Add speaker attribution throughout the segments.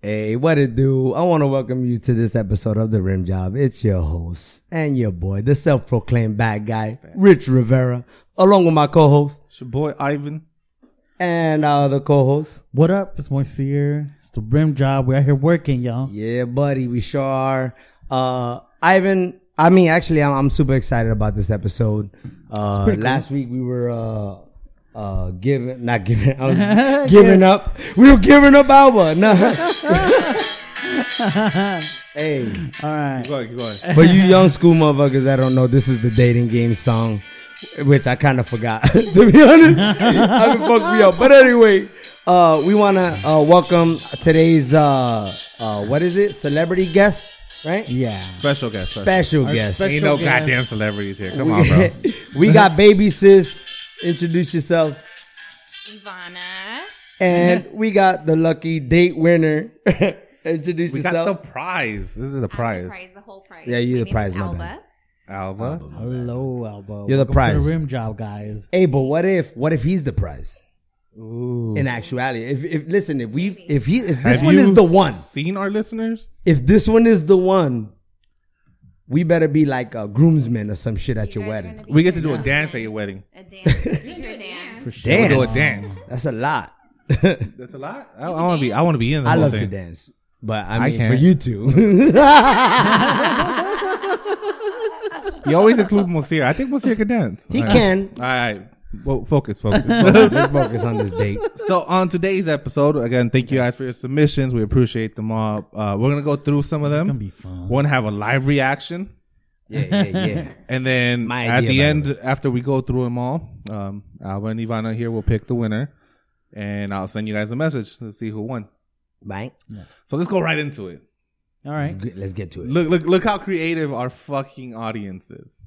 Speaker 1: Hey, what it do? I want to welcome you to this episode of The Rim Job. It's your host and your boy, the self-proclaimed bad guy, Rich Rivera, along with my co-host
Speaker 2: It's your boy Ivan.
Speaker 1: and our other co-host.
Speaker 3: What up? It's Moisir. It's the rim job. We're out here working, y'all.
Speaker 1: Yeah, buddy, we sure are. Uh, Ivan, I mean, actually, I'm, I'm super excited about this episode. Uh, last week we were, uh, uh, giving, not giving, I was giving up. We were giving up Alba. No. hey,
Speaker 3: All right.
Speaker 2: Go ahead, go ahead.
Speaker 1: for you young school motherfuckers that don't know, this is the dating game song, which I kind of forgot to be honest. I mean, fuck me up. But anyway, uh, we want to uh, welcome today's uh, uh, what is it? Celebrity guest, right?
Speaker 3: Yeah.
Speaker 2: Special guest. Special.
Speaker 1: Special guest.
Speaker 2: Ain't no
Speaker 3: Special guest.
Speaker 2: goddamn celebrities here. Come on, bro.
Speaker 1: we got baby sis. Introduce yourself.
Speaker 4: Ivana.
Speaker 1: And we got the lucky date winner. Introduce
Speaker 2: We got the
Speaker 1: yourself.
Speaker 2: prize. This is the
Speaker 4: I'm
Speaker 2: prize.
Speaker 4: The prize, the whole prize.
Speaker 1: Yeah, you're
Speaker 4: My
Speaker 1: the
Speaker 4: name
Speaker 1: prize,
Speaker 4: is
Speaker 1: my
Speaker 4: Alba.
Speaker 1: bad.
Speaker 2: Alva.
Speaker 3: Hello, Albo.
Speaker 1: You're the
Speaker 3: Welcome
Speaker 1: prize.
Speaker 3: To the rim job, guys.
Speaker 1: hey, but what if? What if he's the prize?
Speaker 2: Ooh.
Speaker 1: In actuality, if, if listen, if we if he if this
Speaker 2: Have
Speaker 1: one
Speaker 2: you
Speaker 1: is the one,
Speaker 2: Seen our listeners?
Speaker 1: if this one is the one, we better be like a groomsman or some shit at your
Speaker 4: guys are
Speaker 1: wedding.
Speaker 4: gonna be
Speaker 2: We get to do
Speaker 4: doing
Speaker 2: a dance at your wedding.
Speaker 4: A dance, a finger dance.
Speaker 3: For sure.
Speaker 1: Dance.
Speaker 2: We'll do a dance.
Speaker 1: That's a lot.
Speaker 2: That's a lot. I, I want to be. I want to be in the
Speaker 1: I
Speaker 2: whole
Speaker 1: love
Speaker 2: thing.
Speaker 1: to dance, but I mean for
Speaker 2: can't.
Speaker 1: you two,
Speaker 2: You always include Monsieur. I think Monsieur can dance.
Speaker 1: he
Speaker 2: All right.
Speaker 1: can.
Speaker 2: All right. Well, focus, focus.
Speaker 1: Let's focus on this date.
Speaker 2: so on today's episode, again, thank you guys for your submissions. We appreciate them all. Uh, we're gonna go through some of them.
Speaker 3: gonna be fun.
Speaker 2: We're gonna have a live reaction.
Speaker 1: Yeah, yeah, yeah.
Speaker 2: And then
Speaker 1: My
Speaker 2: at
Speaker 1: idea, by
Speaker 2: the
Speaker 1: the
Speaker 2: end, after we go through them all, um, Alba and Ivana here will pick the winner, and I'll send you guys a message to see who won.
Speaker 1: Right.
Speaker 2: So let's go right into it.
Speaker 3: All right.
Speaker 1: Let's get- Let's get to it.
Speaker 2: Look, look, look how creative our fucking audience is.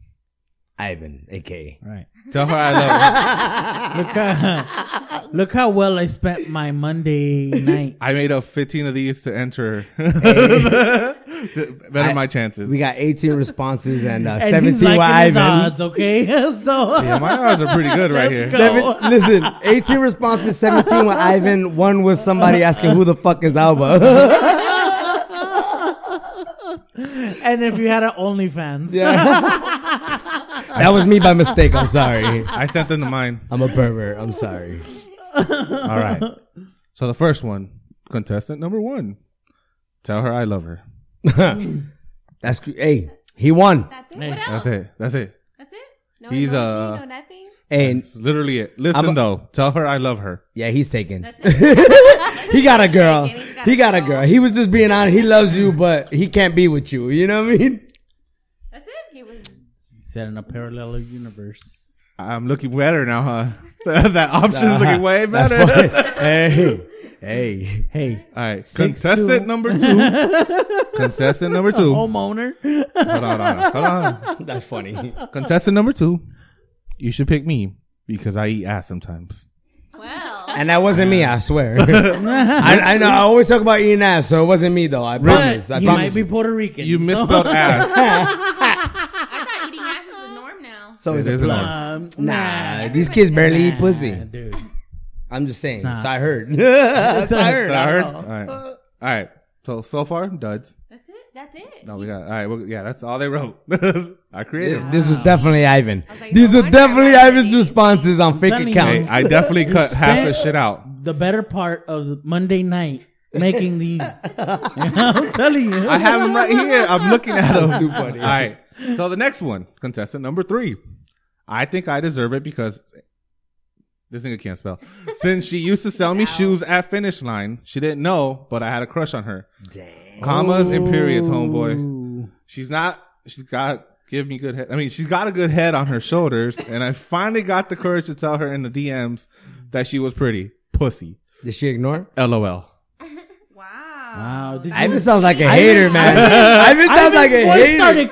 Speaker 1: Ivan, aka
Speaker 3: All right.
Speaker 2: Tell her I love her.
Speaker 3: Look how, look how well I spent my Monday night.
Speaker 2: I made up 15 of these to enter. To better
Speaker 1: I-
Speaker 2: my chances.
Speaker 1: we got 18 responses and, uh,
Speaker 3: And
Speaker 1: 17
Speaker 3: he's
Speaker 1: were
Speaker 3: liking his
Speaker 1: Ivan.
Speaker 3: odds, okay? so
Speaker 2: yeah, my odds are pretty good right here.
Speaker 3: Let's go.
Speaker 1: Seven, listen, 18 responses, 17 were Ivan, one was somebody asking who the fuck is Alba.
Speaker 3: and if you had an OnlyFans,
Speaker 1: Yeah. that was me by mistake. I'm sorry.
Speaker 2: I sent them to mine.
Speaker 1: I'm a pervert. I'm sorry.
Speaker 2: All right. So the first one, contestant number one. Tell her I love her.
Speaker 1: That's cr- hey. He won.
Speaker 4: That's it.
Speaker 3: Hey,
Speaker 4: What else?
Speaker 2: That's it. That's it.
Speaker 4: That's it. No
Speaker 2: He's,
Speaker 4: emoji,
Speaker 2: uh,
Speaker 4: no nothing.
Speaker 1: And
Speaker 2: It's literally it. Listen
Speaker 1: I'm a-
Speaker 2: though, tell her I love her.
Speaker 1: yeah, he's taken.
Speaker 4: That's it.
Speaker 1: He got a girl.
Speaker 4: He's taken. He's got
Speaker 1: He
Speaker 4: a
Speaker 1: got a
Speaker 4: girl.
Speaker 1: girl. He was just being honest. He loves you, but he can't be with you. You know what I mean?
Speaker 4: That's it. He was.
Speaker 3: setting a parallel universe.
Speaker 2: I'm looking better now, huh? that option's looking way better.
Speaker 1: That's funny. hey, hey.
Speaker 3: Hey,
Speaker 2: All right,
Speaker 3: Six,
Speaker 2: contestant
Speaker 3: two.
Speaker 2: number two. contestant number two.
Speaker 1: Oh
Speaker 2: Hold
Speaker 3: homeowner.
Speaker 2: on, hold on, hold on.
Speaker 1: That's funny.
Speaker 2: Contestant number two. You should pick me because I eat ass sometimes.
Speaker 4: Well,
Speaker 1: And that wasn't me. I swear. I, I know. I always talk about eating ass, so it wasn't me though. I promise.
Speaker 3: but
Speaker 1: I
Speaker 3: he
Speaker 1: promise.
Speaker 3: might be Puerto Rican.
Speaker 2: You
Speaker 3: so-
Speaker 2: misspelled ass.
Speaker 4: I thought eating ass is the norm now.
Speaker 1: so it's
Speaker 2: It
Speaker 1: a
Speaker 2: is an
Speaker 1: plus.
Speaker 2: ass.
Speaker 3: Um,
Speaker 1: Nah, these kids barely eat pussy.
Speaker 3: Nah, dude.
Speaker 1: I'm just saying.
Speaker 3: Nah.
Speaker 1: So I heard. so I
Speaker 2: Is
Speaker 1: heard.
Speaker 2: that her?
Speaker 3: know.
Speaker 2: All right. All right. So so far, duds.
Speaker 4: That's it. That's it.
Speaker 2: No, we got. All right. Well, yeah, that's all they wrote. I created.
Speaker 1: This was definitely Ivan.
Speaker 4: was like,
Speaker 1: These
Speaker 4: no
Speaker 1: are
Speaker 4: wonder
Speaker 1: definitely
Speaker 4: I
Speaker 1: Ivan's
Speaker 4: wasn't
Speaker 1: responses on fake
Speaker 3: telling you.
Speaker 2: Hey,
Speaker 1: accounts.
Speaker 2: I definitely cut half the
Speaker 3: spent-
Speaker 2: shit out.
Speaker 3: the better part of the Monday night making these. I'm telling you.
Speaker 2: I have him right here. I'm looking at him.
Speaker 1: Too funny.
Speaker 2: All right. So the next one, contestant number three. I think I deserve it because this nigga can't spell. Since she used to sell me shoes at finish line, she didn't know, but I had a crush on her.
Speaker 1: Damn.
Speaker 2: Commas and periods, homeboy.
Speaker 3: Ooh.
Speaker 2: She's not. She's got. Give me good head. I mean, she's got a good head on her shoulders, and I finally got the courage to tell her in the DMs that she was pretty. Pussy.
Speaker 1: Did she ignore?
Speaker 2: LOL.
Speaker 4: Wow.
Speaker 3: Wow, did
Speaker 1: Ivan sounds like a
Speaker 3: Ivan-
Speaker 1: hater, man. Ivan sounds
Speaker 3: Ivan's
Speaker 1: like a
Speaker 3: voice
Speaker 1: hater.
Speaker 3: started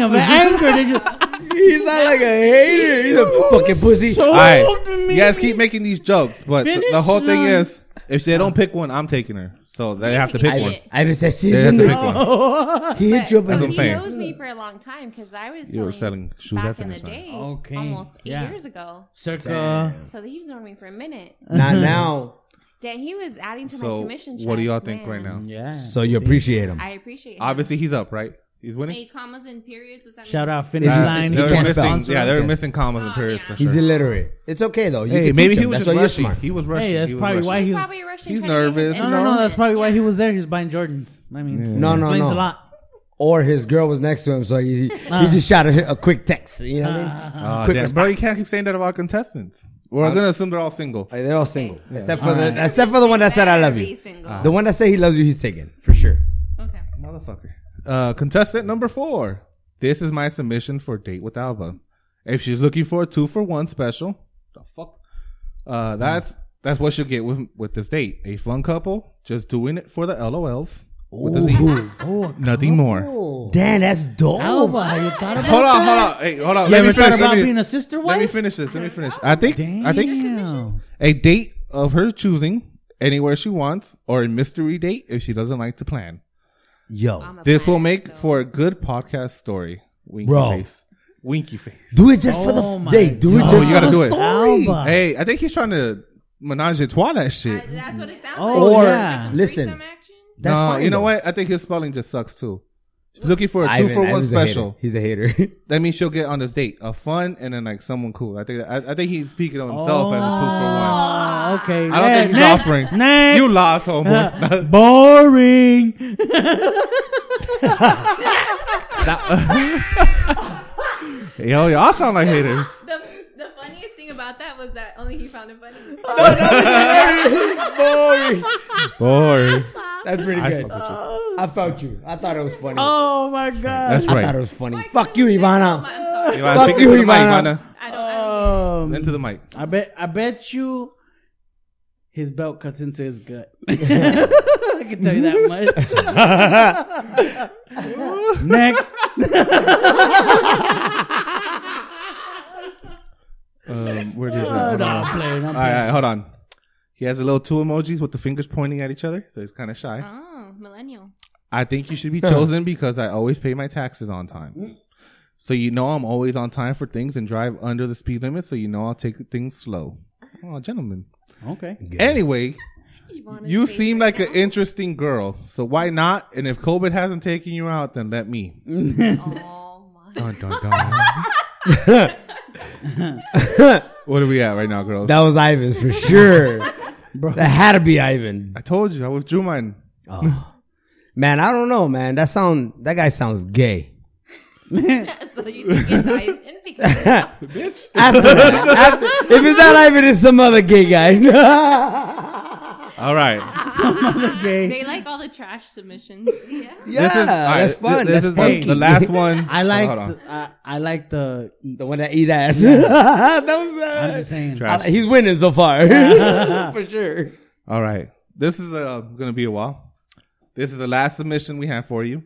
Speaker 3: of anger. They just
Speaker 1: He sounds like a hater. He's a fucking pussy.
Speaker 2: All
Speaker 3: so
Speaker 2: right.
Speaker 3: mean.
Speaker 2: You guys keep making these jokes, but th- the
Speaker 3: Finish
Speaker 2: whole thing
Speaker 3: line.
Speaker 2: is, if they don't pick one, I'm taking her. So they have to
Speaker 4: taking
Speaker 2: pick
Speaker 4: shit.
Speaker 2: one.
Speaker 1: Ivan said she's
Speaker 2: They have
Speaker 1: in
Speaker 2: to
Speaker 1: the.
Speaker 2: pick one.
Speaker 3: oh.
Speaker 1: He hit you up as
Speaker 2: That's what
Speaker 4: But
Speaker 2: I'm
Speaker 4: he
Speaker 2: saying.
Speaker 4: knows me for a long time because I was
Speaker 2: You were selling shoes at
Speaker 4: back in the
Speaker 2: Finish Line.
Speaker 4: day,
Speaker 3: Okay,
Speaker 4: almost eight
Speaker 3: yeah.
Speaker 4: years ago.
Speaker 3: Circa.
Speaker 4: So he's known me for a minute.
Speaker 1: Not now.
Speaker 4: that he was adding to my
Speaker 2: So,
Speaker 4: commission check.
Speaker 2: what do y'all think right now?
Speaker 3: Yeah.
Speaker 1: So you appreciate him.
Speaker 4: I appreciate it.
Speaker 2: Obviously, he's up, right? He's winning.
Speaker 4: Eight commas and periods. Was that
Speaker 3: Shout
Speaker 4: mean?
Speaker 3: out finish
Speaker 1: Is he-
Speaker 3: line.
Speaker 1: he
Speaker 2: they're
Speaker 1: can't spell.
Speaker 2: missing, yeah, they're
Speaker 1: Yes.
Speaker 2: missing commas and
Speaker 4: Oh,
Speaker 2: periods for
Speaker 4: yeah.
Speaker 1: He's
Speaker 2: sure.
Speaker 1: illiterate. It's okay though. You
Speaker 2: Hey,
Speaker 1: can
Speaker 2: maybe
Speaker 1: teach
Speaker 2: he
Speaker 1: him.
Speaker 2: was
Speaker 1: That's
Speaker 2: just
Speaker 1: why you're
Speaker 2: rushing.
Speaker 1: smart.
Speaker 2: He was rushing.
Speaker 3: that's
Speaker 2: He was
Speaker 3: probably
Speaker 2: rushing.
Speaker 3: why he-
Speaker 4: He's
Speaker 3: He's-
Speaker 4: probably Russian.
Speaker 2: he's
Speaker 4: trying to get his
Speaker 2: nervous.
Speaker 4: head
Speaker 3: No, no, no.
Speaker 4: around
Speaker 3: That's
Speaker 4: it.
Speaker 3: probably why
Speaker 4: Yeah.
Speaker 3: he was there. He was buying Jordans. I mean,
Speaker 1: No, no,
Speaker 3: explains
Speaker 1: no.
Speaker 3: a lot.
Speaker 1: Or his girl was next to him, so he he
Speaker 3: Ah.
Speaker 1: just shot a, a quick text. You know what I mean?
Speaker 2: Aw,
Speaker 1: quick
Speaker 2: damn, bro, you
Speaker 1: response.
Speaker 2: can't keep saying that about contestants. We're gonna assume they're all single.
Speaker 1: Like, they're all single except for
Speaker 3: Alright.
Speaker 1: the except for the one that said I love
Speaker 4: Be
Speaker 1: you.
Speaker 4: single.
Speaker 2: Uh,
Speaker 1: The one that said he loves you, he's taken for sure.
Speaker 4: okay.
Speaker 2: Motherfucker. Uh, contestant number four. This is my submission for date with Alba. If she's looking for a two for one special, the fuck. Uh, that's that's what she'll get with with this date. A fun couple, just doing it for the LOLs. With the Z.
Speaker 3: Oh,
Speaker 2: Nothing more.
Speaker 1: Damn, that's dope.
Speaker 3: Alba, have you thought about
Speaker 2: Hold on, hold on. Hey, hold on. Let
Speaker 3: You
Speaker 2: me
Speaker 3: ever
Speaker 2: finish.
Speaker 3: thought
Speaker 2: Let
Speaker 3: about being
Speaker 2: me,
Speaker 3: a sister
Speaker 2: let me
Speaker 3: wife?
Speaker 2: finish this. Let me finish. I think
Speaker 3: Damn.
Speaker 2: I think a date of her choosing anywhere she wants, or a mystery date if she doesn't like to plan.
Speaker 1: Yo,
Speaker 4: I'm a
Speaker 2: This will
Speaker 4: planet,
Speaker 2: make
Speaker 4: so-
Speaker 2: for a good podcast story. Winky
Speaker 1: Bro.
Speaker 2: face. Winky face.
Speaker 1: do it just for
Speaker 3: Oh
Speaker 1: the
Speaker 3: my
Speaker 1: day. Do it
Speaker 3: God.
Speaker 1: just
Speaker 2: Oh, you
Speaker 1: for
Speaker 2: gotta
Speaker 1: the
Speaker 2: do it.
Speaker 1: story.
Speaker 3: Alba.
Speaker 2: Hey, I think he's trying to menage a trois that shit.
Speaker 4: I- That's what it sounds
Speaker 3: Oh,
Speaker 4: like.
Speaker 1: or
Speaker 3: yeah.
Speaker 1: listen,
Speaker 4: Threesome action?
Speaker 1: that's
Speaker 2: no,
Speaker 1: fine,
Speaker 2: you know
Speaker 1: though.
Speaker 2: what? I think his spelling just sucks too. She's looking for a two
Speaker 1: Ivan-
Speaker 2: for one
Speaker 1: Ivan's a hater.
Speaker 2: special.
Speaker 1: He's a hater.
Speaker 2: That means she'll get on this date a fun and then like someone cool. I think I, I think he's speaking of himself as a two for one.
Speaker 3: Oh, okay.
Speaker 2: I don't think he's
Speaker 3: next,
Speaker 2: offering.
Speaker 3: Next.
Speaker 2: You lost, homie.
Speaker 3: Boring.
Speaker 2: Yo, y'all sound like haters.
Speaker 4: The, the funniest thing about that was that only he found it funny.
Speaker 1: Boring.
Speaker 2: Boy,
Speaker 1: That's pretty
Speaker 2: I
Speaker 1: good.
Speaker 2: fuck with you.
Speaker 1: I felt you. I thought it was funny.
Speaker 3: oh my god.
Speaker 2: That's
Speaker 1: I thought it
Speaker 2: right.
Speaker 1: was funny. Fuck you,
Speaker 4: Oh,
Speaker 1: Ivana.
Speaker 4: I'm sorry.
Speaker 2: Ivana,
Speaker 1: Fuck
Speaker 2: speak
Speaker 1: you,
Speaker 2: into the mic,
Speaker 1: Ivana.
Speaker 2: Ivana.
Speaker 4: I don't. I don't
Speaker 3: Um,
Speaker 2: Into the mic.
Speaker 3: I bet. I bet you. His belt cuts into his gut. I can tell you that much. next.
Speaker 2: Um, where did
Speaker 3: Oh,
Speaker 2: that?
Speaker 3: no, I'm
Speaker 2: All right,
Speaker 3: playing. I'm
Speaker 2: all
Speaker 3: playing.
Speaker 2: right, hold on. He has a little two emojis with the fingers pointing at each other, so he's kind of shy.
Speaker 4: Oh, millennial.
Speaker 2: I think you should be chosen because I always pay my taxes on time. So you know I'm always on time for things and drive under the speed limit, so you know I'll take things slow. Oh, gentlemen.
Speaker 3: Okay.
Speaker 2: Anyway, you seem like an interesting girl, so why not? And if COVID hasn't taken you out, then let me.
Speaker 4: Oh my.
Speaker 2: Dun, dun, dun. what are we at right now, girls?
Speaker 1: That was Ivan for sure. That had to be Ivan.
Speaker 2: I told you I withdrew mine.
Speaker 1: Man, I don't know, man. That sound that guy sounds gay.
Speaker 4: so you think it's Ivan because
Speaker 1: After that, after- if it's not Ivan, it's some other gay guy.
Speaker 2: All right.
Speaker 3: Okay.
Speaker 4: they like all the trash submissions. Yeah.
Speaker 1: Yeah,
Speaker 2: all right,
Speaker 1: that's fun.
Speaker 2: This,
Speaker 1: that's
Speaker 2: is
Speaker 1: funky.
Speaker 2: the, the last one.
Speaker 3: I
Speaker 2: Hold on.
Speaker 3: like. The, I, I like the.
Speaker 1: the one that eat ass. that was, uh,
Speaker 3: I'm just saying.
Speaker 2: Trash.
Speaker 1: I like- he's winning so far, for sure.
Speaker 2: All right. This is uh, going to be a while. This is the last submission we have for you.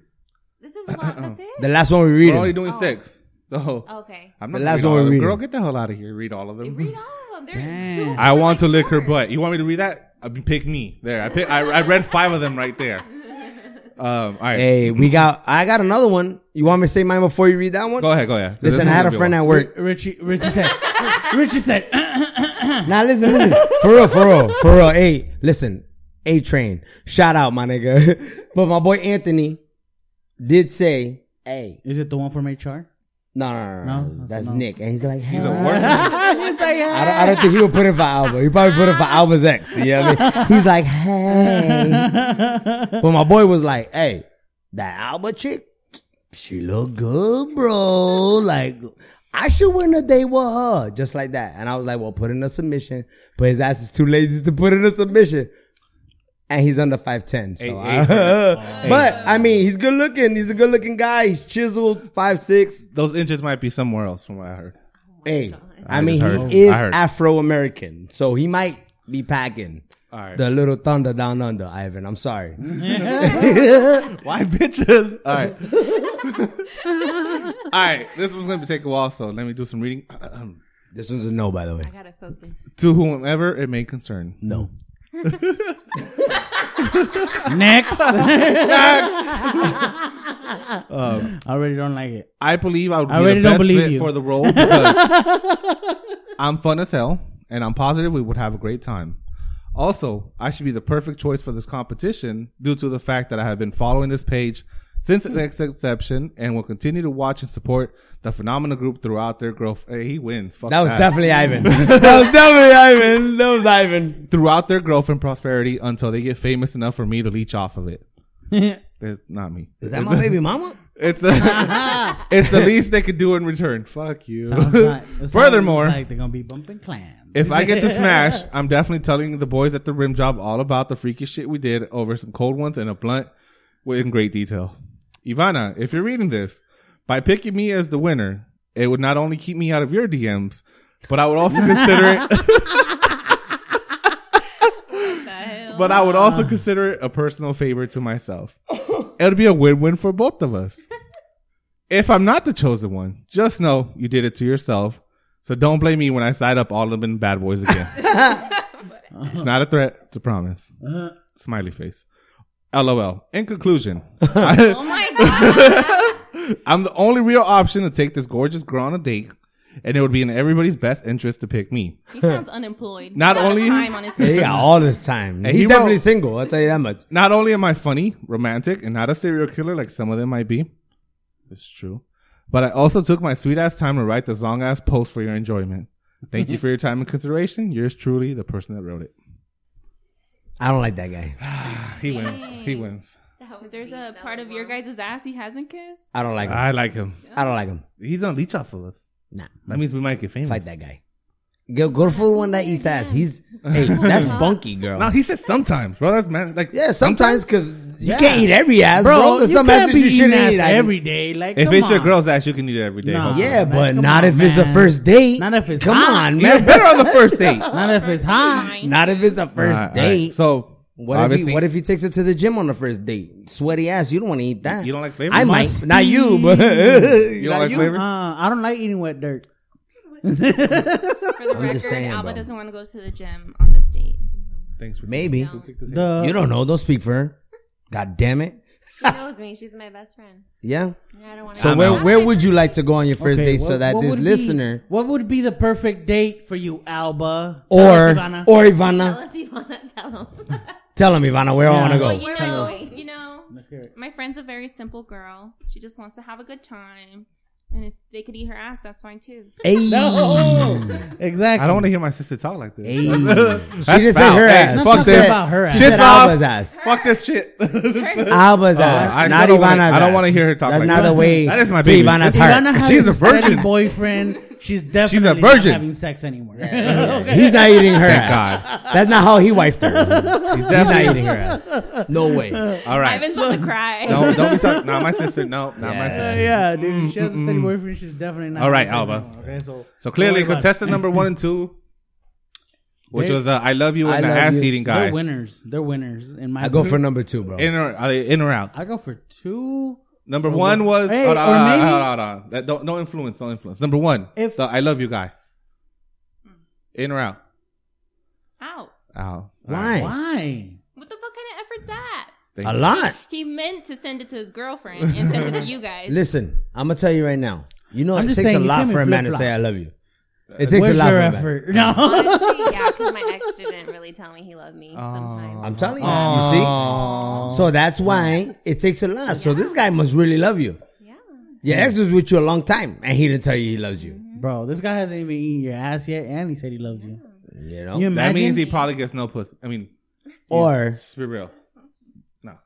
Speaker 4: This is what.
Speaker 2: Uh-uh.
Speaker 4: That's
Speaker 1: The
Speaker 4: it.
Speaker 1: last one we
Speaker 2: We're only
Speaker 1: read.
Speaker 2: doing
Speaker 4: Oh.
Speaker 2: six. So
Speaker 4: Okay.
Speaker 2: I'm not
Speaker 1: The last
Speaker 2: reading all
Speaker 1: one we're
Speaker 2: of them.
Speaker 1: reading.
Speaker 2: Girl, get the hell out of here. Read all of them.
Speaker 4: Read all of them. They're
Speaker 3: Damn.
Speaker 4: two
Speaker 2: I want to
Speaker 4: like
Speaker 2: lick her
Speaker 4: short.
Speaker 2: butt. You want me to read that? I mean, pick me. There. I pick. I, I read five of them right there. Um. All right.
Speaker 1: Hey, we got. I got another one. You want me to say mine before you read that one?
Speaker 2: Go ahead. Go ahead. 'Cause this
Speaker 1: Listen, I
Speaker 2: one's
Speaker 1: had a
Speaker 2: gonna be
Speaker 1: friend
Speaker 2: long.
Speaker 1: at work.
Speaker 3: Richie. Richie said. Richie said.
Speaker 1: Now listen, listen. For real, for real, for real. Hey, listen. A train. Shout out, my nigga. but my boy Anthony did say, "Hey,
Speaker 3: Is it the one from HR?
Speaker 1: no, no, no, no,
Speaker 3: No,
Speaker 1: that's,
Speaker 3: that's no.
Speaker 1: Nick." And he's like,
Speaker 2: He's a
Speaker 1: "Huh?"
Speaker 2: worker.
Speaker 3: It's like,
Speaker 1: I don't, I don't think he would put it for Alba. He probably put it for Alba's ex. You know what I mean? He's like, hey. But my boy was like, hey, that Alba chick, she look good, bro. Like, I should win a date with her. Just like that. And I was like, well, put in a submission. But his ass is too lazy to put in a submission. And he's under 5'10. So
Speaker 2: Hey,
Speaker 1: I-
Speaker 2: hey.
Speaker 1: but I mean, he's good looking. He's a good looking guy. He's chiseled, 5'6.
Speaker 2: Those inches might be somewhere else from what I heard.
Speaker 1: Hey, I,
Speaker 2: I
Speaker 1: mean,
Speaker 2: just heard.
Speaker 1: he is
Speaker 2: I heard.
Speaker 1: Afro American, so he might be packing
Speaker 2: All right.
Speaker 1: the little thunder down under, Ivan. I'm sorry.
Speaker 2: Why bitches? All right. All right. This one's going to take a while, so let me do some reading.
Speaker 1: this one's a no, by the way.
Speaker 4: I gotta focus.
Speaker 2: to whomever it may concern.
Speaker 1: No.
Speaker 3: Next.
Speaker 2: Um,
Speaker 3: I already don't like it.
Speaker 2: I believe I would be
Speaker 3: I really
Speaker 2: the
Speaker 3: don't
Speaker 2: best
Speaker 3: believe
Speaker 2: fit
Speaker 3: you.
Speaker 2: for the role because I'm fun as hell and I'm positive we would have a great time. Also, I should be the perfect choice for this competition due to the fact that I have been following this page since its inception and will continue to watch and support the Phenomena Group throughout their growth. Hey, he wins. Fuck
Speaker 1: That was definitely Ivan. that was definitely Ivan. That was Ivan.
Speaker 2: throughout their growth and prosperity until they get famous enough for me to leech off of it. It's not me.
Speaker 1: Is that my baby mama?
Speaker 2: It's a, it's the least they could do in return. Fuck you.
Speaker 3: Sounds like- it sounds
Speaker 2: Furthermore-
Speaker 3: like they're gonna be bumping clams.
Speaker 2: If I get to smash, I'm definitely telling the boys at the rim job all about the freaky shit we did over some cold ones and a blunt with- in great detail. Ivana, if you're reading this, by picking me as the winner, it would not only keep me out of your DMs, but I would also consider it. but I would also consider it a personal favor to myself. It would be a win-win for both of us. If I'm not the chosen one, just know you did it to yourself. So don't blame me when I side up all of them bad boys again. it's not a threat, it's a promise. Smiley face. LOL. In conclusion,
Speaker 4: Oh my god.
Speaker 2: I'm the only real option to take this gorgeous girl on a date, and it would be in everybody's best interest to pick me.
Speaker 5: He sounds unemployed.
Speaker 2: Not
Speaker 5: He's got a
Speaker 2: only-
Speaker 5: time on his
Speaker 1: Yeah, he
Speaker 5: hands.
Speaker 1: got all this time.
Speaker 2: Hey,
Speaker 1: He's
Speaker 2: he
Speaker 1: definitely
Speaker 2: wrote-
Speaker 1: single. I'll tell you that much.
Speaker 2: Not only am I funny, romantic, and not a serial killer like some of them might be, it's true, but I also took my sweet ass time to write this long ass post for your enjoyment. Thank you for your time and consideration. Yours truly, the person that wrote it.
Speaker 1: I don't like that guy.
Speaker 2: He wins. He wins.
Speaker 4: That was
Speaker 5: There's
Speaker 4: deep.
Speaker 5: a
Speaker 4: That
Speaker 5: part
Speaker 4: was
Speaker 5: of your
Speaker 4: long.
Speaker 5: guys' ass he hasn't kissed.
Speaker 1: I don't like him.
Speaker 2: I like him.
Speaker 1: I don't like him.
Speaker 2: He's gonna leech off of us.
Speaker 1: Nah.
Speaker 2: That means we might get famous.
Speaker 1: Hmm. Fight that guy. Go, go for the one that eats ass. He's hey, that's spunky, girl.
Speaker 2: No, he says sometimes, bro. That's man. Like
Speaker 1: yeah, sometimes because you
Speaker 3: Yeah.
Speaker 1: can't eat every ass, bro.
Speaker 3: Bro,
Speaker 1: There's
Speaker 3: you
Speaker 1: some
Speaker 3: can't
Speaker 1: asses
Speaker 3: be
Speaker 1: you
Speaker 3: eating
Speaker 1: shouldn't
Speaker 3: ass
Speaker 1: eat. I-
Speaker 3: every day. Like,
Speaker 2: if
Speaker 3: come
Speaker 2: it's your
Speaker 3: on.
Speaker 2: girl's ass, you can eat it every day.
Speaker 3: Nah.
Speaker 2: hopefully.
Speaker 1: Yeah,
Speaker 3: Oh, Man,
Speaker 1: but
Speaker 3: come
Speaker 1: not
Speaker 3: on,
Speaker 1: if it's a
Speaker 3: man.
Speaker 1: first date.
Speaker 3: Not if it's
Speaker 1: come
Speaker 3: hot.
Speaker 1: on,
Speaker 2: Yeah,
Speaker 1: man.
Speaker 2: it's better on the first date.
Speaker 3: not if it's hot.
Speaker 1: Not if it's a first
Speaker 2: Alright,
Speaker 1: date.
Speaker 2: alright. So
Speaker 1: What if, he, what if he takes it to the gym on the first date? Sweaty ass. You don't want to eat that.
Speaker 2: You don't like flavor?
Speaker 1: I might.
Speaker 3: Must
Speaker 1: Not you,
Speaker 3: be.
Speaker 1: but.
Speaker 2: you don't like
Speaker 3: Uh,
Speaker 2: flavor?
Speaker 3: I don't like eating wet dirt.
Speaker 5: For the
Speaker 1: I'm
Speaker 5: record,
Speaker 1: just saying,
Speaker 5: Alba
Speaker 1: bro.
Speaker 5: doesn't want to go to the gym on this date.
Speaker 2: Thanks for
Speaker 1: Maybe.
Speaker 3: The-
Speaker 1: You don't know. Don't speak for her. God damn it.
Speaker 4: She knows me. She's my best friend.
Speaker 1: Yeah.
Speaker 4: And I don't want to.
Speaker 1: So,
Speaker 2: I'm
Speaker 1: where,
Speaker 2: out.
Speaker 1: where would you like to go on your first
Speaker 3: Okay,
Speaker 1: date so
Speaker 3: what-
Speaker 1: that
Speaker 3: what
Speaker 1: this
Speaker 3: would be-
Speaker 1: listener
Speaker 3: what would be the perfect date for you, Alba? Tell
Speaker 1: or
Speaker 3: us, Ivana.
Speaker 1: or
Speaker 4: Tell
Speaker 1: Ivana?
Speaker 4: us you want to tell them.
Speaker 1: Tell him, Ivana, where I
Speaker 3: Yeah.
Speaker 1: want to
Speaker 5: But
Speaker 1: go.
Speaker 5: you
Speaker 4: Tell
Speaker 5: know,
Speaker 4: us.
Speaker 5: you know,
Speaker 3: Let's hear it.
Speaker 5: my friend's a very simple girl. She just wants to have a good time, and if they could eat her ass, that's fine too.
Speaker 1: Hey.
Speaker 3: Oh, No,
Speaker 1: Hmm.
Speaker 3: exactly.
Speaker 2: I don't want to hear my sister talk like this.
Speaker 1: Hey.
Speaker 2: That's
Speaker 1: She didn't say
Speaker 2: foul.
Speaker 1: her
Speaker 2: Hey,
Speaker 1: ass.
Speaker 2: Fuck
Speaker 3: She
Speaker 2: this.
Speaker 3: said about her ass.
Speaker 1: She
Speaker 2: Shit's
Speaker 1: said
Speaker 2: off.
Speaker 1: Alba's ass.
Speaker 2: Fuck this shit.
Speaker 1: Alba's
Speaker 2: Oh,
Speaker 1: ass.
Speaker 2: I- I
Speaker 1: not
Speaker 2: don't
Speaker 1: Ivana's
Speaker 2: wanna- I don't
Speaker 1: ass.
Speaker 2: wanna hear her talk
Speaker 1: That's
Speaker 2: like
Speaker 1: not
Speaker 2: that.
Speaker 1: the way
Speaker 2: That is my
Speaker 1: to
Speaker 2: baby
Speaker 1: Ivana's
Speaker 2: sister.
Speaker 1: heart.
Speaker 3: Ivana has
Speaker 2: She's
Speaker 3: a
Speaker 2: a virgin.
Speaker 3: steady boyfriend. She's definitely
Speaker 2: virgin.
Speaker 3: not having sex anymore.
Speaker 1: He's not eating her
Speaker 2: Thank
Speaker 1: ass.
Speaker 2: God.
Speaker 1: That's not how he wifed her.
Speaker 2: He's
Speaker 1: He's not
Speaker 2: definitely
Speaker 1: eating her ass. No way.
Speaker 2: All right.
Speaker 5: Ivan's about to cry.
Speaker 2: No, don't be talking. Nah, my sister. No, not my
Speaker 1: Yeah.
Speaker 2: sister.
Speaker 3: Uh, yeah, dude. She has a steady boyfriend. She's definitely not.
Speaker 2: All right,
Speaker 3: having sex
Speaker 2: Alba.
Speaker 3: anymore, okay, so
Speaker 2: So clearly,
Speaker 3: Don't worry about
Speaker 2: contestant number one and two, which
Speaker 3: They-
Speaker 2: was uh, I love you
Speaker 1: I
Speaker 2: and the
Speaker 1: love
Speaker 2: ass
Speaker 1: you.
Speaker 2: eating
Speaker 3: it. They're
Speaker 2: guy.
Speaker 3: winners. They're winners in my.
Speaker 1: I go
Speaker 3: group.
Speaker 1: for number two, bro.
Speaker 2: In or are they in or out?
Speaker 3: I go for two.
Speaker 2: Number one was
Speaker 3: Hey,
Speaker 2: hold on,
Speaker 3: or
Speaker 2: hold on,
Speaker 3: maybe-
Speaker 2: hold on, hold on. That- don't no influence, no influence. Number one,
Speaker 3: If-
Speaker 2: the I love you guy, in or out? Oh,
Speaker 5: Out.
Speaker 2: Out.
Speaker 1: Why?
Speaker 3: Why?
Speaker 5: What the fuck kind of effort's that?
Speaker 1: A lot.
Speaker 5: He meant to send it to his girlfriend and sent it to you guys.
Speaker 1: Listen, I'm gonna tell you right now. You know,
Speaker 3: I'm
Speaker 1: it
Speaker 3: just
Speaker 1: takes
Speaker 3: saying,
Speaker 1: a
Speaker 3: you
Speaker 1: lot
Speaker 3: came in
Speaker 1: for a man to say "I
Speaker 3: flip-flops.
Speaker 1: love you." It takes
Speaker 3: Where's
Speaker 1: a lot.
Speaker 3: your
Speaker 1: for a man.
Speaker 3: effort? No.
Speaker 4: Honestly, yeah, because my ex didn't really tell me he loved me sometimes.
Speaker 1: I'm telling you.
Speaker 2: Aw.
Speaker 1: You see, so that's why it takes a lot. So this guy must really love you.
Speaker 4: Yeah.
Speaker 1: Your ex was with you a long time, and he didn't tell you he loves you.
Speaker 3: Bro, this guy hasn't even eaten your ass yet, and he said he loves you.
Speaker 1: You
Speaker 3: You
Speaker 1: know,
Speaker 2: That
Speaker 3: imagine?
Speaker 2: means he probably gets no pussy. I mean,
Speaker 1: or
Speaker 2: let's be real. No,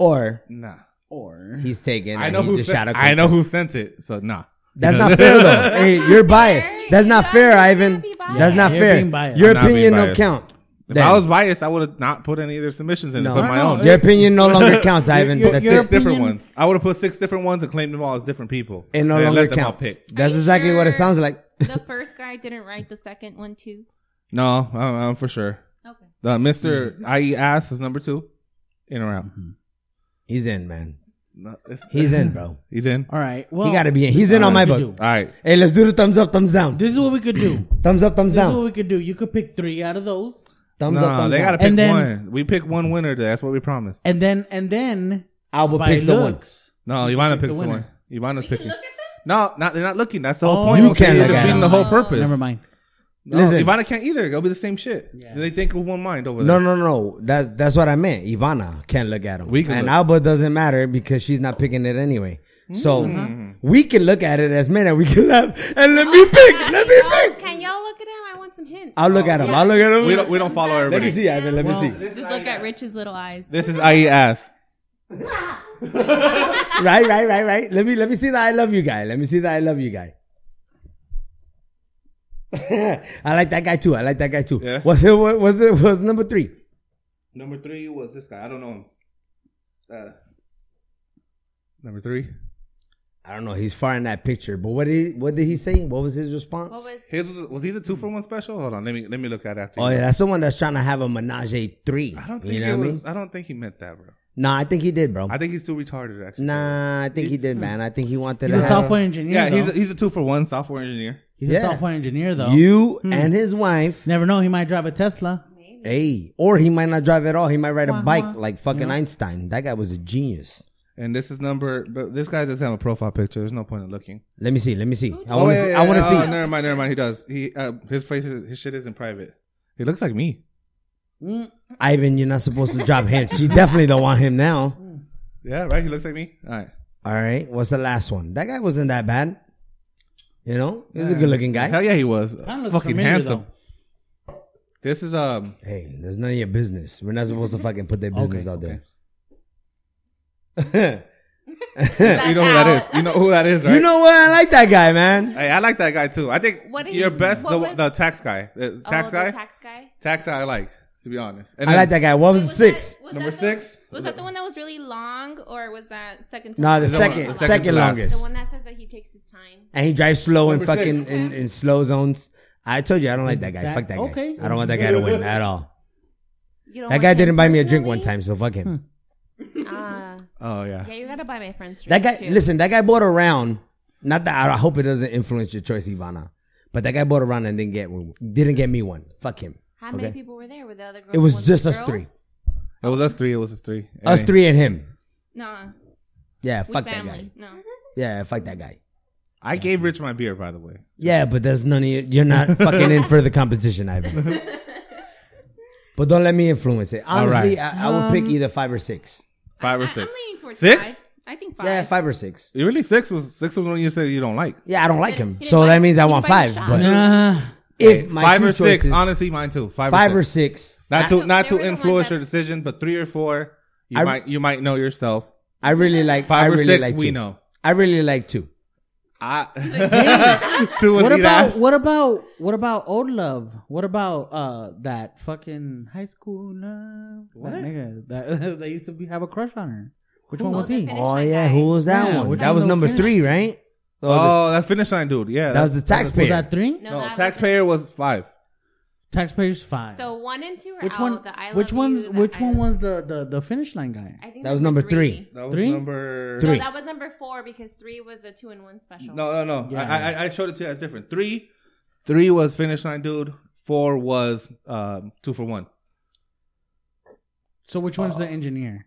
Speaker 1: or
Speaker 2: nah.
Speaker 3: or
Speaker 1: he's taken.
Speaker 2: I know
Speaker 1: he
Speaker 2: who.
Speaker 1: just shot
Speaker 2: Sent,
Speaker 1: a
Speaker 2: I know who sent it. So nah.
Speaker 1: That's not fair though. Hey, you're biased. That's not fair, Ivan. That's not
Speaker 3: You're
Speaker 1: fair.
Speaker 3: being biased.
Speaker 1: Your
Speaker 2: I'm not being
Speaker 1: opinion don't
Speaker 2: biased.
Speaker 1: count.
Speaker 2: If
Speaker 1: Then.
Speaker 2: I was biased, I would have not put any of their submissions in.
Speaker 1: No.
Speaker 2: and Put
Speaker 1: No,
Speaker 2: my
Speaker 3: no,
Speaker 2: own.
Speaker 1: Your opinion no longer counts, Ivan.
Speaker 3: your-
Speaker 1: That's
Speaker 3: your
Speaker 1: it.
Speaker 2: six different
Speaker 3: opinion-
Speaker 2: ones. I would have put six different ones and claimed them all as different people.
Speaker 1: It no
Speaker 2: And
Speaker 1: longer
Speaker 2: let them all
Speaker 1: counts.
Speaker 2: pick.
Speaker 1: That's
Speaker 5: Are you
Speaker 1: exactly what it
Speaker 5: sure?
Speaker 1: sounds like.
Speaker 5: the first guy didn't write the second one too.
Speaker 2: No, I'm, I'm for sure.
Speaker 5: Okay.
Speaker 2: The Mister IE ass is number two, in or out.
Speaker 1: He's in, man.
Speaker 2: No, it's-
Speaker 1: He's in, bro.
Speaker 2: He's in.
Speaker 3: all right. Well,
Speaker 1: he got to be in. He's in on my
Speaker 3: what we
Speaker 1: book.
Speaker 3: could do.
Speaker 2: All right.
Speaker 1: Hey, let's do the thumbs up, thumbs down.
Speaker 3: This is what we could do.
Speaker 1: Thums up, thumbs
Speaker 3: This is what
Speaker 1: down.
Speaker 3: we could do. You could pick three out of those,
Speaker 1: Thumbs
Speaker 2: No,
Speaker 1: up, thumbs
Speaker 2: they
Speaker 1: down.
Speaker 2: gotta pick
Speaker 3: And then-
Speaker 2: one. We pick one winner. That's what we promised.
Speaker 3: and then and then
Speaker 1: Alba
Speaker 3: by
Speaker 1: picks the one.
Speaker 3: looks.
Speaker 2: No, Ivana
Speaker 3: the
Speaker 2: picks the
Speaker 3: winner.
Speaker 2: one. Ivana's
Speaker 5: You can
Speaker 2: picking.
Speaker 5: look at them.
Speaker 2: No, not they're not looking. That's the whole
Speaker 3: Oh,
Speaker 2: point.
Speaker 1: you
Speaker 2: We're
Speaker 1: can't look at them.
Speaker 2: defeating the whole purpose.
Speaker 3: Never mind.
Speaker 2: No,
Speaker 1: Listen.
Speaker 2: Ivana can't either. It'll be the same shit.
Speaker 3: Yeah.
Speaker 2: They think of one mind over there.
Speaker 1: No, no, no. That's that's what I meant. Ivana can't look at him,
Speaker 2: We can
Speaker 1: and
Speaker 2: look.
Speaker 1: Alba doesn't matter because she's not picking it anyway. So
Speaker 4: Mm-hmm.
Speaker 1: we can look at it as men, and we can laugh. And let me pick. Let me
Speaker 4: Y'all-
Speaker 1: pick.
Speaker 4: Can y'all look at him? I want some hints.
Speaker 1: I'll look at him. I'll look at him.
Speaker 2: We don't, we don't follow
Speaker 1: let me
Speaker 2: everybody.
Speaker 1: see, Ivan. Let me see.
Speaker 3: Well,
Speaker 5: Just look at Rich's little eyes.
Speaker 2: This is IE ass.
Speaker 1: Right, right, right, right. Let me let me see the I love you guy. Let me see the I love you guy. I like that guy too. I like that guy too.
Speaker 2: Yeah.
Speaker 1: What's it? What was it? Was number three?
Speaker 2: Number three was this guy. I don't know him. Uh, number three.
Speaker 1: I don't know. He's far in that picture. But what did he, what did he say? What was his response?
Speaker 4: What was
Speaker 2: His was, was he the two for one special? Hold on, let me let me look at after.
Speaker 1: Oh yeah, that's the one that's trying to have a menage a three.
Speaker 2: I don't think
Speaker 1: you know
Speaker 2: it
Speaker 1: what I
Speaker 2: was.
Speaker 1: mean?
Speaker 2: I don't think he meant that, bro.
Speaker 1: Nah, I think he did, bro.
Speaker 2: I think Hmm. he's too retarded. Actually,
Speaker 1: nah, I think he did, man. I think he wanted
Speaker 3: He's
Speaker 1: to
Speaker 3: a
Speaker 1: have
Speaker 3: software engineer.
Speaker 2: Yeah, he's
Speaker 3: though.
Speaker 2: a, he's a two for one software engineer.
Speaker 3: He's
Speaker 1: Yeah.
Speaker 3: a software engineer though. Hmm.
Speaker 1: you and his wife.
Speaker 3: never know. He might drive a Tesla.
Speaker 1: Hey, or he might not drive at all. He might ride a
Speaker 3: Wah,
Speaker 1: bike
Speaker 3: wah.
Speaker 1: like fucking Einstein. That guy was a genius.
Speaker 2: And this is number, but this guy doesn't have a profile picture. There's no point in looking.
Speaker 1: Let me see. Let me see. I
Speaker 2: Oh,
Speaker 1: want to
Speaker 2: yeah,
Speaker 1: see.
Speaker 2: yeah,
Speaker 1: I want to
Speaker 2: yeah.
Speaker 1: see.
Speaker 2: Oh, never mind, never mind. He does. He uh, his place is his shit isn't private. He looks like me.
Speaker 1: Ivan, you're not supposed to drop hints. You definitely don't want him now.
Speaker 2: Yeah, right. He looks like me. All right.
Speaker 1: All right. What's the last one? That guy wasn't that bad. You know, he was a good-looking guy.
Speaker 2: Hell yeah, he was.
Speaker 3: Kind of looks
Speaker 2: Fucking
Speaker 3: familiar
Speaker 2: handsome.
Speaker 3: though.
Speaker 2: This is um.
Speaker 1: Hey, that's none of your business. We're not supposed to fucking put their business
Speaker 2: Okay,
Speaker 1: out there.
Speaker 2: You know who that is. You know who that is, right?
Speaker 1: You know what? I like that guy, man.
Speaker 2: Hey, I like that guy too. I think
Speaker 4: What did
Speaker 2: your
Speaker 4: he-
Speaker 2: best
Speaker 4: what
Speaker 2: the,
Speaker 4: was-
Speaker 2: the tax guy, the tax
Speaker 4: oh,
Speaker 2: guy,
Speaker 4: The tax guy.
Speaker 2: tax guy. I like to be honest. And
Speaker 1: I
Speaker 2: then-
Speaker 1: like that guy. What was,
Speaker 5: Was that-
Speaker 1: six?
Speaker 5: was
Speaker 2: Number
Speaker 5: that the-
Speaker 2: six?
Speaker 5: Was that the one that was really long, or was that second? to
Speaker 1: No, the
Speaker 5: last?
Speaker 2: the one-
Speaker 1: second,
Speaker 2: the second
Speaker 1: second,
Speaker 2: to last.
Speaker 4: The
Speaker 1: longest.
Speaker 4: one that says that he takes his time.
Speaker 1: And he drives slow and
Speaker 2: Number
Speaker 1: fucking
Speaker 2: six.
Speaker 1: in, in slow zones. I told you I don't like that guy.
Speaker 3: That-
Speaker 1: fuck that guy.
Speaker 3: okay.
Speaker 1: I don't want that guy to win at all.
Speaker 4: You don't
Speaker 1: That
Speaker 4: want
Speaker 1: guy
Speaker 4: him
Speaker 1: didn't buy me a drink one
Speaker 4: personally?
Speaker 1: time, so fuck him.
Speaker 4: Ah,
Speaker 2: Oh yeah.
Speaker 4: yeah, you gotta buy my friends
Speaker 1: That
Speaker 4: drinks
Speaker 1: guy,
Speaker 4: too.
Speaker 1: listen, that guy bought around. Not that I, I hope it doesn't influence your choice, Ivana. But that guy bought around and didn't get didn't get me one. Fuck him.
Speaker 4: How many
Speaker 1: okay.
Speaker 4: people were there? Were the other girls?
Speaker 1: It was
Speaker 4: the
Speaker 1: just us
Speaker 4: girls?
Speaker 1: three.
Speaker 2: It was us three. It was us three.
Speaker 1: Us
Speaker 2: Hey.
Speaker 1: three and him.
Speaker 5: Nah,
Speaker 1: Yeah,
Speaker 5: we
Speaker 1: fuck that guy.
Speaker 5: family. No,
Speaker 1: Yeah, fuck that guy.
Speaker 2: I gave Rich my beer, by the way.
Speaker 1: Yeah, but that's none of you. You're not fucking in for the competition, Ivan. but don't let me influence it. Honestly, I, I would pick
Speaker 5: Um,
Speaker 1: either five or six.
Speaker 2: Five or
Speaker 5: I, am
Speaker 2: six.
Speaker 5: leaning towards
Speaker 2: Six?
Speaker 5: Five. I think five.
Speaker 1: Yeah, five or six.
Speaker 2: You really six was six was one you said you don't like.
Speaker 1: Yeah, I don't like him,
Speaker 5: He didn't
Speaker 1: so
Speaker 5: buy-
Speaker 1: that means I
Speaker 5: he didn't
Speaker 1: want
Speaker 5: buy
Speaker 1: five.
Speaker 5: the shot.
Speaker 1: But
Speaker 3: Nah.
Speaker 1: if my
Speaker 2: five
Speaker 1: two
Speaker 2: or six,
Speaker 1: choices-
Speaker 2: honestly, mine too. Five,
Speaker 1: five
Speaker 2: or
Speaker 1: or
Speaker 2: six.
Speaker 1: six,
Speaker 2: Not
Speaker 4: I
Speaker 2: to
Speaker 4: don't-
Speaker 2: not
Speaker 4: they
Speaker 2: to
Speaker 4: were the ones
Speaker 2: influence
Speaker 4: that-
Speaker 2: your decision, but three or four, you
Speaker 1: I-
Speaker 2: might you might know yourself.
Speaker 1: I really like.
Speaker 2: Five
Speaker 1: I
Speaker 2: or
Speaker 1: really
Speaker 2: six,
Speaker 1: like
Speaker 2: we
Speaker 1: two.
Speaker 2: know.
Speaker 1: I really like two.
Speaker 2: I two was
Speaker 3: What
Speaker 2: eat
Speaker 3: about
Speaker 2: ass.
Speaker 3: what about what about old love? What about uh that fucking high school love?
Speaker 2: What?
Speaker 3: That nigga that they used to be, have a crush on her. Which
Speaker 4: Who?
Speaker 3: one was
Speaker 4: Oh, the
Speaker 3: he?
Speaker 4: Finnish
Speaker 1: Oh
Speaker 4: that
Speaker 1: yeah,
Speaker 4: guy.
Speaker 1: who was that
Speaker 3: Yeah,
Speaker 1: one?
Speaker 3: which
Speaker 1: That
Speaker 3: one
Speaker 1: was
Speaker 3: was
Speaker 1: number
Speaker 3: finished?
Speaker 1: three, right? Oh,
Speaker 2: Oh, that finish line dude. Yeah,
Speaker 1: that was the taxpayer.
Speaker 3: Was that three?
Speaker 4: No,
Speaker 2: no
Speaker 4: that
Speaker 2: taxpayer was five.
Speaker 3: Taxpayers five.
Speaker 4: wasn't- So one and two are
Speaker 3: which
Speaker 4: out.
Speaker 3: one?
Speaker 4: The I
Speaker 3: Which
Speaker 4: love
Speaker 3: one's?
Speaker 4: you, the
Speaker 3: Which
Speaker 4: I
Speaker 3: one
Speaker 4: love-
Speaker 3: was the the the finish line guy?
Speaker 4: I think
Speaker 1: That was number three.
Speaker 2: That was
Speaker 3: Three?
Speaker 2: number
Speaker 1: Three.
Speaker 4: No, that was number four because three was a two and one special.
Speaker 2: No, no, no.
Speaker 3: Yeah.
Speaker 2: I, I I showed it to you as different. Three, three was finish line dude. Four was um, two for one.
Speaker 3: So which one's the engineer?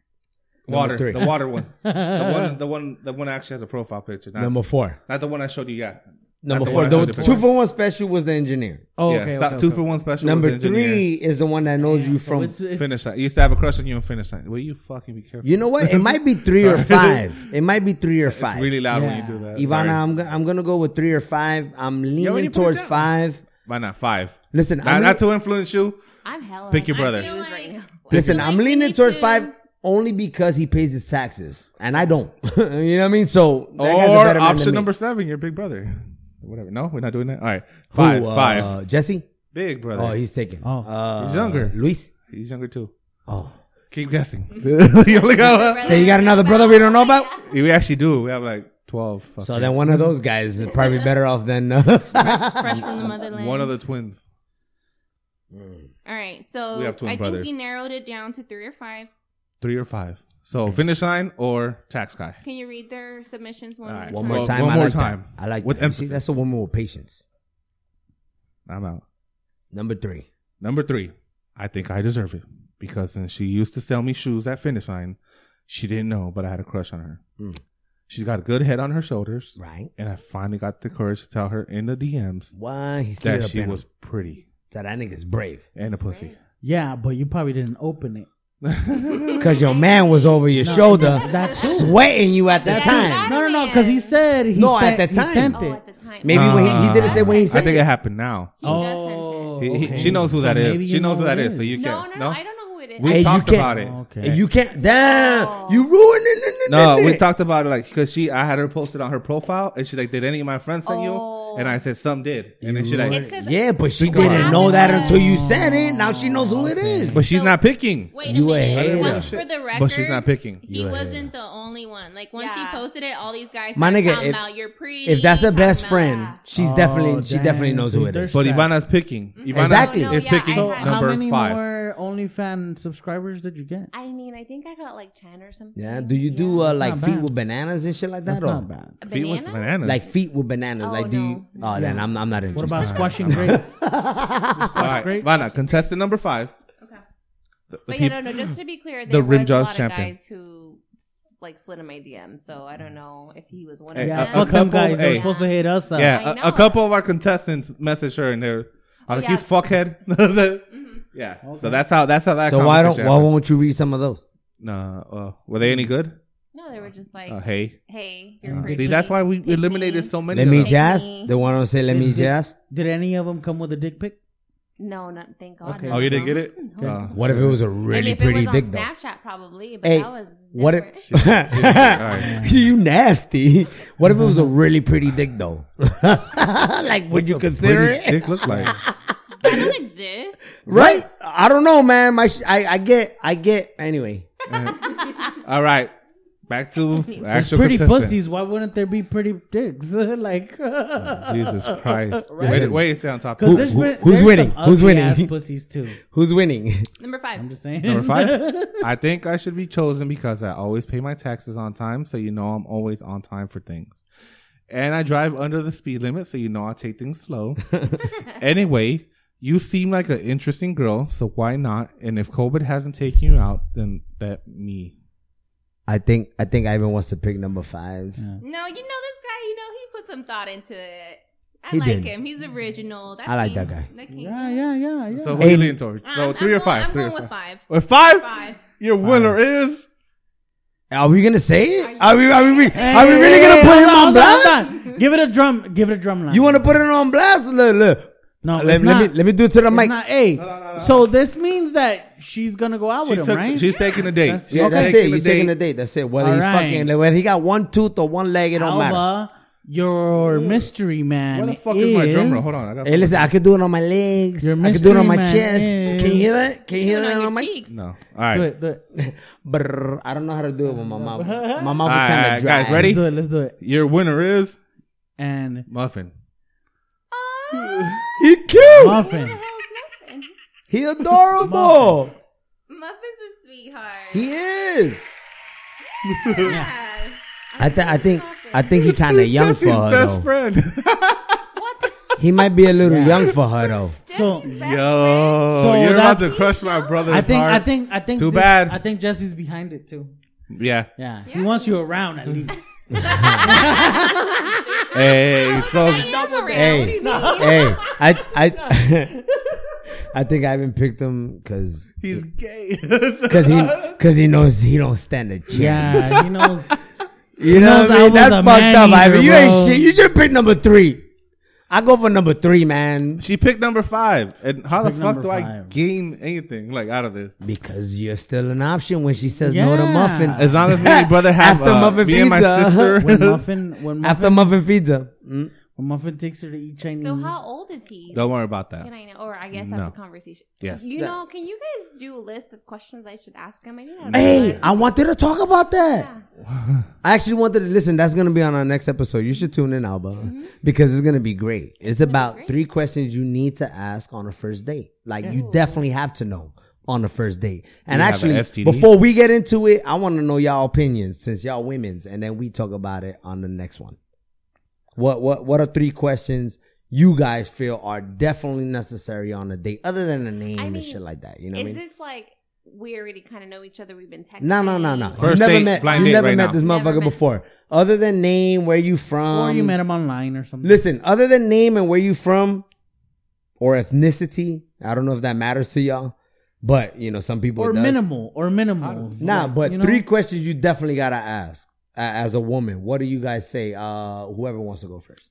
Speaker 1: Number
Speaker 2: Water,
Speaker 1: three.
Speaker 2: the water one. The one,
Speaker 3: That's
Speaker 2: the one, the one that actually has a profile picture. Not,
Speaker 1: number four.
Speaker 2: not the one I showed you. Yeah.
Speaker 1: Number
Speaker 2: the
Speaker 1: four.
Speaker 2: one
Speaker 1: The
Speaker 2: I showed you
Speaker 1: two
Speaker 2: before.
Speaker 1: for one special was the engineer.
Speaker 3: oh,
Speaker 2: yeah.
Speaker 3: okay,
Speaker 2: so-
Speaker 3: okay,
Speaker 2: two
Speaker 3: okay.
Speaker 2: for one special.
Speaker 1: Number
Speaker 2: was the engineer.
Speaker 1: three is the one that knows
Speaker 3: Yeah,
Speaker 1: you
Speaker 3: so
Speaker 1: from.
Speaker 3: it's- it's-
Speaker 2: Finish line. You used to have a crush on you in finish line. Will you fucking be careful?
Speaker 1: You know what? It might be three or
Speaker 2: Sorry.
Speaker 1: five. It might be three or five.
Speaker 2: It's really loud when
Speaker 3: Yeah.
Speaker 2: you do that.
Speaker 1: Ivana,
Speaker 2: Sorry.
Speaker 1: I'm go- I'm gonna go with three or five. I'm
Speaker 2: already
Speaker 1: leaning
Speaker 2: put it
Speaker 1: towards
Speaker 2: down.
Speaker 1: five.
Speaker 2: Why not five?
Speaker 1: Listen,
Speaker 2: Not,
Speaker 1: I'm
Speaker 2: not
Speaker 1: le-
Speaker 2: to influence you.
Speaker 4: I'm hella.
Speaker 2: Pick your brother.
Speaker 4: I feel right now.
Speaker 1: listen.
Speaker 5: I
Speaker 1: I'm
Speaker 5: feel like we
Speaker 1: leaning
Speaker 5: need
Speaker 1: towards
Speaker 5: to-
Speaker 1: five only because he pays his taxes and I don't. you know what I mean? So that guy's a
Speaker 2: or
Speaker 1: better man than
Speaker 2: option
Speaker 1: me.
Speaker 2: number seven, your big brother. Whatever. No, we're not doing that. All right.
Speaker 1: Who,
Speaker 2: Five,
Speaker 1: uh,
Speaker 2: five.
Speaker 1: Jesse.
Speaker 2: Big brother.
Speaker 1: Oh, he's taken.
Speaker 3: Oh.
Speaker 1: Uh,
Speaker 2: He's younger.
Speaker 1: Luis.
Speaker 2: He's younger too.
Speaker 1: Oh,
Speaker 2: Keep guessing.
Speaker 1: Mm-hmm.
Speaker 2: you only got one.
Speaker 1: so you got another brother we don't know about?
Speaker 2: We actually do. We have like twelve.
Speaker 1: So
Speaker 2: fucking-
Speaker 1: then one of those guys is probably better off than. uh,
Speaker 5: Fresh from the motherland.
Speaker 2: one of the twins.
Speaker 5: All right, so
Speaker 2: We have twin
Speaker 5: I
Speaker 2: brothers.
Speaker 5: think we narrowed it down to three or five.
Speaker 2: Three or five. So finish line or tax guy.
Speaker 5: Can you read their submissions one
Speaker 2: All
Speaker 5: more
Speaker 2: right.
Speaker 1: one more time.
Speaker 2: Well,
Speaker 5: time?
Speaker 2: one
Speaker 1: I
Speaker 2: more
Speaker 1: like
Speaker 2: time.
Speaker 1: That. I like
Speaker 2: With
Speaker 1: that. You See,
Speaker 2: emphasis.
Speaker 1: that's a woman with patience.
Speaker 2: I'm out.
Speaker 1: Number three.
Speaker 2: Number three. I think I deserve it
Speaker 1: Hmm.
Speaker 2: because since she used to sell me shoes at finish line, she didn't know, but I had a crush on her. She's got a good head on her shoulders.
Speaker 1: Right.
Speaker 2: And I finally got the courage to tell her in the DMs
Speaker 1: Why he slid
Speaker 2: that
Speaker 1: up
Speaker 2: she
Speaker 1: in
Speaker 2: was
Speaker 1: him.
Speaker 2: pretty
Speaker 1: So that nigga's brave.
Speaker 2: and a pussy.
Speaker 3: Yeah, but you probably didn't open it.
Speaker 1: Cause your man was over your
Speaker 3: No,
Speaker 1: shoulder,
Speaker 3: that too.
Speaker 1: sweating you at the
Speaker 4: That's
Speaker 1: time.
Speaker 3: No, no, no, because he said he
Speaker 1: No,
Speaker 3: sent,
Speaker 1: at the time.
Speaker 3: He sent it.
Speaker 4: Oh, at the time.
Speaker 1: Maybe when he, he didn't say when he
Speaker 2: I
Speaker 1: said.
Speaker 2: think it happened now.
Speaker 4: Oh, He just sent it.
Speaker 2: He- he- she knows who that is.
Speaker 3: Oh, maybe
Speaker 2: She
Speaker 3: you
Speaker 2: knows
Speaker 3: know
Speaker 2: who that is. So you
Speaker 4: No, no,
Speaker 2: can't.
Speaker 4: no, I don't know who it is.
Speaker 2: We
Speaker 4: I-
Speaker 1: Hey, you
Speaker 2: talked
Speaker 1: can't-
Speaker 2: about it.
Speaker 3: Okay.
Speaker 1: You can't. Damn, you ruining it.
Speaker 2: No, we talked about it like because she, I had her posted on her profile, and she's like, "Did any of my friends send
Speaker 4: Oh.
Speaker 2: you?" And I said, "Some did." And then she
Speaker 4: It's
Speaker 2: like,
Speaker 4: 'cause-
Speaker 1: Yeah, but she
Speaker 2: Come
Speaker 1: didn't
Speaker 2: on.
Speaker 1: know that until you said it. Now she knows who it is.
Speaker 2: "But she's
Speaker 5: So-
Speaker 2: not picking."
Speaker 5: Wait
Speaker 1: You
Speaker 5: a
Speaker 1: a hater.
Speaker 5: minute. Once,
Speaker 2: Yeah.
Speaker 5: for the record,
Speaker 2: But she's not picking.
Speaker 5: He
Speaker 1: You a
Speaker 5: wasn't the only one. Like once
Speaker 4: Yeah.
Speaker 5: she posted it, all these guys
Speaker 1: My
Speaker 5: My
Speaker 1: nigga,
Speaker 5: talking
Speaker 1: if-
Speaker 5: about you're pretty.
Speaker 1: If that's her
Speaker 5: talking
Speaker 1: best
Speaker 5: about-
Speaker 1: friend, she's
Speaker 3: Oh,
Speaker 1: definitely she definitely
Speaker 3: damn,
Speaker 1: knows
Speaker 3: so
Speaker 1: who it
Speaker 3: there's-
Speaker 1: is.
Speaker 2: But
Speaker 3: Sure.
Speaker 2: Ivana's picking. Ivana
Speaker 1: Exactly.
Speaker 4: Mm-hmm. No, no,
Speaker 2: is
Speaker 4: yeah,
Speaker 2: picking
Speaker 4: I
Speaker 3: So
Speaker 4: had-
Speaker 3: how
Speaker 2: number
Speaker 3: many
Speaker 2: five.
Speaker 3: more OnlyFans subscribers did you get?
Speaker 4: I mean, I think I got like 10 or something.
Speaker 1: Yeah. Do you do uh,
Speaker 3: That's
Speaker 1: like
Speaker 3: not
Speaker 1: feet
Speaker 3: bad.
Speaker 1: with bananas and shit like that?
Speaker 3: That's
Speaker 1: or
Speaker 3: not bad.
Speaker 2: Feet with
Speaker 4: Banana?
Speaker 2: bananas.
Speaker 1: Like feet with bananas?
Speaker 4: Oh,
Speaker 1: like do you?
Speaker 4: no.
Speaker 1: Oh, then I'm I'm not interested.
Speaker 3: What about squashing grapes?
Speaker 2: All right,
Speaker 3: great.
Speaker 2: Ivana, contestant number five.
Speaker 5: Okay.
Speaker 2: The- the
Speaker 4: But yeah,
Speaker 2: peop-
Speaker 4: no, no, just to be clear,
Speaker 2: The
Speaker 4: there
Speaker 2: Rim
Speaker 4: was a
Speaker 2: Jobs
Speaker 4: lot of
Speaker 2: champion.
Speaker 4: guys who like slid in my DM, so I don't know if he was one
Speaker 2: Hey, uh,
Speaker 4: of
Speaker 3: yeah,
Speaker 2: a-
Speaker 4: them.
Speaker 2: a
Speaker 3: fuck them
Speaker 2: couple-
Speaker 3: guys. They're
Speaker 2: hey.
Speaker 3: supposed to hate us. uh, Up.
Speaker 4: I
Speaker 2: yeah,
Speaker 4: know.
Speaker 2: a, a couple of our contestants messaged her, and they're
Speaker 4: Oh,
Speaker 2: I'm like,
Speaker 4: yeah. Mm-hmm.
Speaker 2: "You fuckhead." yeah. So that's how that's how that.
Speaker 1: So why don't
Speaker 2: conversation
Speaker 1: why
Speaker 2: happened.
Speaker 1: won't you read some of those?
Speaker 2: No, uh, were they any good?
Speaker 4: No, they were just like,
Speaker 2: Uh, hey,
Speaker 4: hey, you're
Speaker 2: Uh,
Speaker 4: pretty.
Speaker 2: see, that's why we
Speaker 4: Pick
Speaker 2: eliminated
Speaker 4: me.
Speaker 2: so many.
Speaker 1: Let
Speaker 2: of
Speaker 1: me
Speaker 2: them.
Speaker 1: jazz.
Speaker 4: me.
Speaker 1: The one who say let me
Speaker 3: Is it-
Speaker 1: jazz.
Speaker 3: Did any of them come with a dick pic?
Speaker 4: No, not thank God.
Speaker 3: Okay.
Speaker 4: no,
Speaker 2: Oh, you didn't
Speaker 4: no.
Speaker 2: get it?
Speaker 4: No.
Speaker 2: Uh,
Speaker 1: What if it was a
Speaker 4: And
Speaker 1: really
Speaker 4: if
Speaker 1: pretty
Speaker 4: it was
Speaker 1: dick
Speaker 4: on
Speaker 1: though?
Speaker 4: Snapchat, probably. But
Speaker 1: Hey,
Speaker 4: that was
Speaker 1: What
Speaker 4: different.
Speaker 1: if you nasty? What if it was a really pretty dick though? like, would you consider
Speaker 2: Pretty
Speaker 1: it?
Speaker 2: dick look like?
Speaker 5: That don't exist.
Speaker 1: Right? I don't know, man. My, sh- I, I get, I get. Anyway,
Speaker 2: All right, back to
Speaker 3: There's
Speaker 2: actual
Speaker 3: pretty
Speaker 2: contestant.
Speaker 3: pussies. Why wouldn't there be pretty dicks? like,
Speaker 2: Jesus Christ!
Speaker 1: Right.
Speaker 2: Wait, wait, you stay on top.
Speaker 3: because
Speaker 1: Who-
Speaker 3: there's
Speaker 1: who-
Speaker 3: been-
Speaker 1: who's
Speaker 3: there's
Speaker 1: winning?
Speaker 3: some
Speaker 1: Who's
Speaker 3: ugly ass
Speaker 1: winning?
Speaker 3: Pussies too.
Speaker 1: who's winning?
Speaker 5: Number five.
Speaker 3: I'm just saying.
Speaker 2: Number five. I think I should be chosen because I always pay my taxes on time, so you know I'm always on time for things. And I drive under the speed limit, so you know I take things slow. anyway, you seem like an interesting girl, so why not? And if COVID hasn't taken you out, then let me.
Speaker 1: I think, I think Ivan wants to pick number five.
Speaker 5: No, you know this guy. You know he put some thought into it. I
Speaker 1: He
Speaker 5: like
Speaker 1: did.
Speaker 5: him. He's original. That's
Speaker 1: I like
Speaker 5: king.
Speaker 1: that guy.
Speaker 5: That king.
Speaker 3: Yeah, yeah, yeah, yeah.
Speaker 2: So who are you
Speaker 1: Eight.
Speaker 2: leaning towards?
Speaker 5: I'm-
Speaker 2: So
Speaker 5: I'm
Speaker 2: three or
Speaker 5: going-
Speaker 2: five?
Speaker 5: I'm
Speaker 2: three
Speaker 5: going
Speaker 2: or
Speaker 5: with five.
Speaker 2: With five? Uh,
Speaker 5: Five.
Speaker 2: Your winner is
Speaker 1: Are we gonna say it? Are we, are we, re- are we really gonna put
Speaker 3: Hey,
Speaker 1: him
Speaker 3: hold
Speaker 1: on
Speaker 3: hold
Speaker 1: blast?
Speaker 3: hold on. Give it a drum. Give it a drum line.
Speaker 1: You want to put it on blast? Look, look.
Speaker 3: No,
Speaker 1: Let,
Speaker 3: it's
Speaker 1: let
Speaker 3: not.
Speaker 1: me, let me do it to the
Speaker 3: It's
Speaker 1: mic.
Speaker 3: not- hey, so this means that she's gonna go out
Speaker 2: she
Speaker 3: with him,
Speaker 2: took-
Speaker 3: right?
Speaker 2: she's taking a date.
Speaker 3: That's-
Speaker 2: She's
Speaker 1: Yeah, that's
Speaker 2: taking
Speaker 1: it.
Speaker 2: a
Speaker 1: You're taking a date. That's it. Whether
Speaker 3: All
Speaker 1: he's
Speaker 3: right.
Speaker 1: fucking, whether he got one tooth or one leg, it don't matter.
Speaker 3: Alba, your mystery man.
Speaker 2: Where the fuck is, my drum roll?
Speaker 3: is-
Speaker 2: Hold on. I got
Speaker 1: Hey, listen, I could do it on my legs.
Speaker 3: Your
Speaker 1: I could do it on my
Speaker 3: mystery man
Speaker 1: chest.
Speaker 3: is-
Speaker 1: Can you hear that? Can you hear
Speaker 5: Put
Speaker 1: that
Speaker 5: on
Speaker 1: on,
Speaker 5: your
Speaker 1: my?
Speaker 5: cheeks.
Speaker 2: No. All right.
Speaker 3: Do it, do it,
Speaker 1: Brrr, I don't know how to do it with my mouth. My mouth
Speaker 2: All
Speaker 1: is kind
Speaker 2: right,
Speaker 1: of dry.
Speaker 2: guys, ready?
Speaker 3: do it. Let's do it.
Speaker 2: Your winner is
Speaker 3: And
Speaker 2: Muffin.
Speaker 1: He cute.
Speaker 3: muffin.
Speaker 1: He adorable.
Speaker 5: Muffin's a sweetheart.
Speaker 1: he is.
Speaker 5: yeah.
Speaker 1: I think. I think. I think he kind of young for her
Speaker 2: best
Speaker 1: though.
Speaker 2: friend.
Speaker 4: What the?
Speaker 1: He might be a little young for her though.
Speaker 3: So
Speaker 2: Yo,
Speaker 3: So
Speaker 2: you're about to
Speaker 3: that's-
Speaker 2: crush my brother's
Speaker 3: I think,
Speaker 2: heart.
Speaker 3: I think, I think.
Speaker 2: Too
Speaker 3: this-
Speaker 2: bad.
Speaker 3: I think Jesse's behind it too.
Speaker 2: yeah.
Speaker 3: Yeah, he wants you around at least.
Speaker 2: Hey, so
Speaker 1: Hey, hey. I. I. I think I haven't picked him because.
Speaker 2: he's gay.
Speaker 1: Cause he, cause he knows he don't stand a chance.
Speaker 3: yeah, he knows.
Speaker 1: You know
Speaker 3: knows
Speaker 1: what I
Speaker 3: I
Speaker 1: mean?
Speaker 3: was
Speaker 1: That's
Speaker 3: a
Speaker 1: fucked up,
Speaker 3: man
Speaker 1: Ivan.
Speaker 3: eater,
Speaker 1: You ain't
Speaker 3: bro.
Speaker 1: shit. You should pick number three. I go for number three, man.
Speaker 2: she picked number five, and how the
Speaker 3: picked
Speaker 2: fuck
Speaker 3: number
Speaker 2: do I
Speaker 3: five.
Speaker 2: gain anything like out of this?
Speaker 1: Because you're still an option when she says no to
Speaker 3: Yeah.
Speaker 1: muffin.
Speaker 2: As long as me and brother have
Speaker 1: After
Speaker 2: uh,
Speaker 1: Muffin
Speaker 2: me and my
Speaker 1: feeds her.
Speaker 2: sister.
Speaker 3: When muffin, when muffin,
Speaker 1: After muffin feeds her. Mm.
Speaker 3: when muffin takes her to eat Chinese.
Speaker 4: So how old is he?
Speaker 2: Don't worry about that.
Speaker 4: Can I know? Or I guess
Speaker 2: No.
Speaker 4: that's a conversation.
Speaker 2: Yes.
Speaker 4: You
Speaker 1: That-
Speaker 4: know, can you guys do a list of questions I should ask him? I think that'd be
Speaker 1: Hey,
Speaker 4: fun.
Speaker 1: I wanted to talk about that.
Speaker 4: Yeah.
Speaker 1: I actually wanted to listen. That's gonna be on our next episode. You should tune in, Alba, because it's gonna be great. It's about three questions you need to ask on a first date. Like you definitely have to know on the first date. And
Speaker 2: You have an
Speaker 1: actually,
Speaker 2: STD?
Speaker 1: before we get into it, I want to know y'all opinions since y'all women's, and then we talk about it on the next one. What what what are three questions you guys feel are definitely necessary on a date, other than a name
Speaker 4: I
Speaker 1: and
Speaker 4: mean,
Speaker 1: shit like that? You know what I
Speaker 4: Is
Speaker 1: mean?
Speaker 4: this like
Speaker 5: we already kind of know each other. We've been texting.
Speaker 1: No, no, no, no.
Speaker 2: First
Speaker 1: you never
Speaker 2: date,
Speaker 1: met,
Speaker 2: blind
Speaker 1: you
Speaker 2: date
Speaker 1: never
Speaker 2: right
Speaker 1: met
Speaker 2: now.
Speaker 1: this
Speaker 5: Never
Speaker 1: motherfucker
Speaker 5: met.
Speaker 1: before. Other than name, where you from?
Speaker 3: or you met him online or something.
Speaker 1: Um, Listen, other than name and where you from, or ethnicity, I don't know if that matters to y'all, but you know some people
Speaker 3: or
Speaker 1: it does.
Speaker 3: minimal, or minimal.
Speaker 1: Nah, but
Speaker 3: You know?
Speaker 1: three questions you definitely gotta ask a- as a woman. What do you guys say? Uh, whoever wants to go first,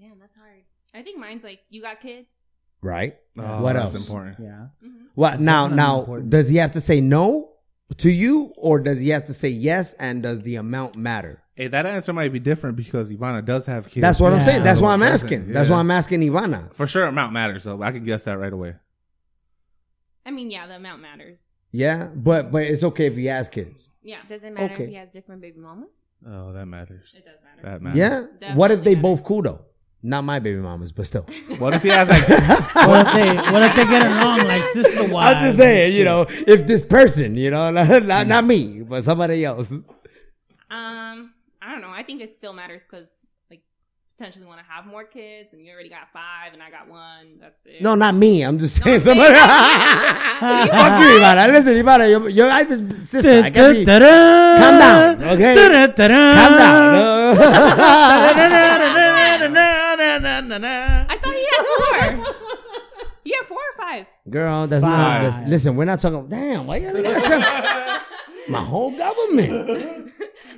Speaker 5: Damn, that's hard. I think mine's like, you got kids?
Speaker 1: right?
Speaker 2: Oh,
Speaker 1: what
Speaker 2: that's
Speaker 1: else?
Speaker 2: important.
Speaker 3: Yeah.
Speaker 5: hmm
Speaker 1: What now?
Speaker 3: definitely
Speaker 1: Now,
Speaker 3: important.
Speaker 1: does he have to say no to you, or does he have to say yes? And does the amount matter?
Speaker 2: Hey, that answer might be different because Ivana does have kids.
Speaker 1: That's what I'm
Speaker 3: Yeah.
Speaker 1: saying. That's why I'm
Speaker 2: Yeah.
Speaker 1: asking. That's why I'm asking Ivana.
Speaker 2: For sure, amount matters though. I can guess that right away.
Speaker 5: I mean, yeah, the amount matters.
Speaker 1: Yeah, but but it's okay if he has kids.
Speaker 5: Yeah. Does it matter
Speaker 1: Okay.
Speaker 5: if he has different baby mamas?
Speaker 2: Oh, that matters.
Speaker 5: It does matter.
Speaker 2: That matters.
Speaker 1: Yeah.
Speaker 5: That
Speaker 1: what if they
Speaker 5: definitely
Speaker 1: both cool though? Not my baby mamas, but still.
Speaker 2: What if he has like?
Speaker 3: What if they what if they get along like sister wives?
Speaker 1: I'm just saying, you know, if this person, you know, not, not, not me, but somebody else.
Speaker 5: Um, I don't know. I think it still matters because like potentially want to have more kids, and you already got five, and I got one. That's it.
Speaker 1: No, not me. I'm just
Speaker 5: No,
Speaker 1: saying
Speaker 5: I'm saying-
Speaker 1: somebody. Fuck you, Ivana. Listen, Ivana, your, your wife is sister. I can't be- Calm down, okay? Calm down.
Speaker 5: I thought he had four. yeah, four or five.
Speaker 1: Girl, that's not.
Speaker 3: Five.
Speaker 1: That's, listen, we're not talking. Damn, why y'all niggas trying- My whole government.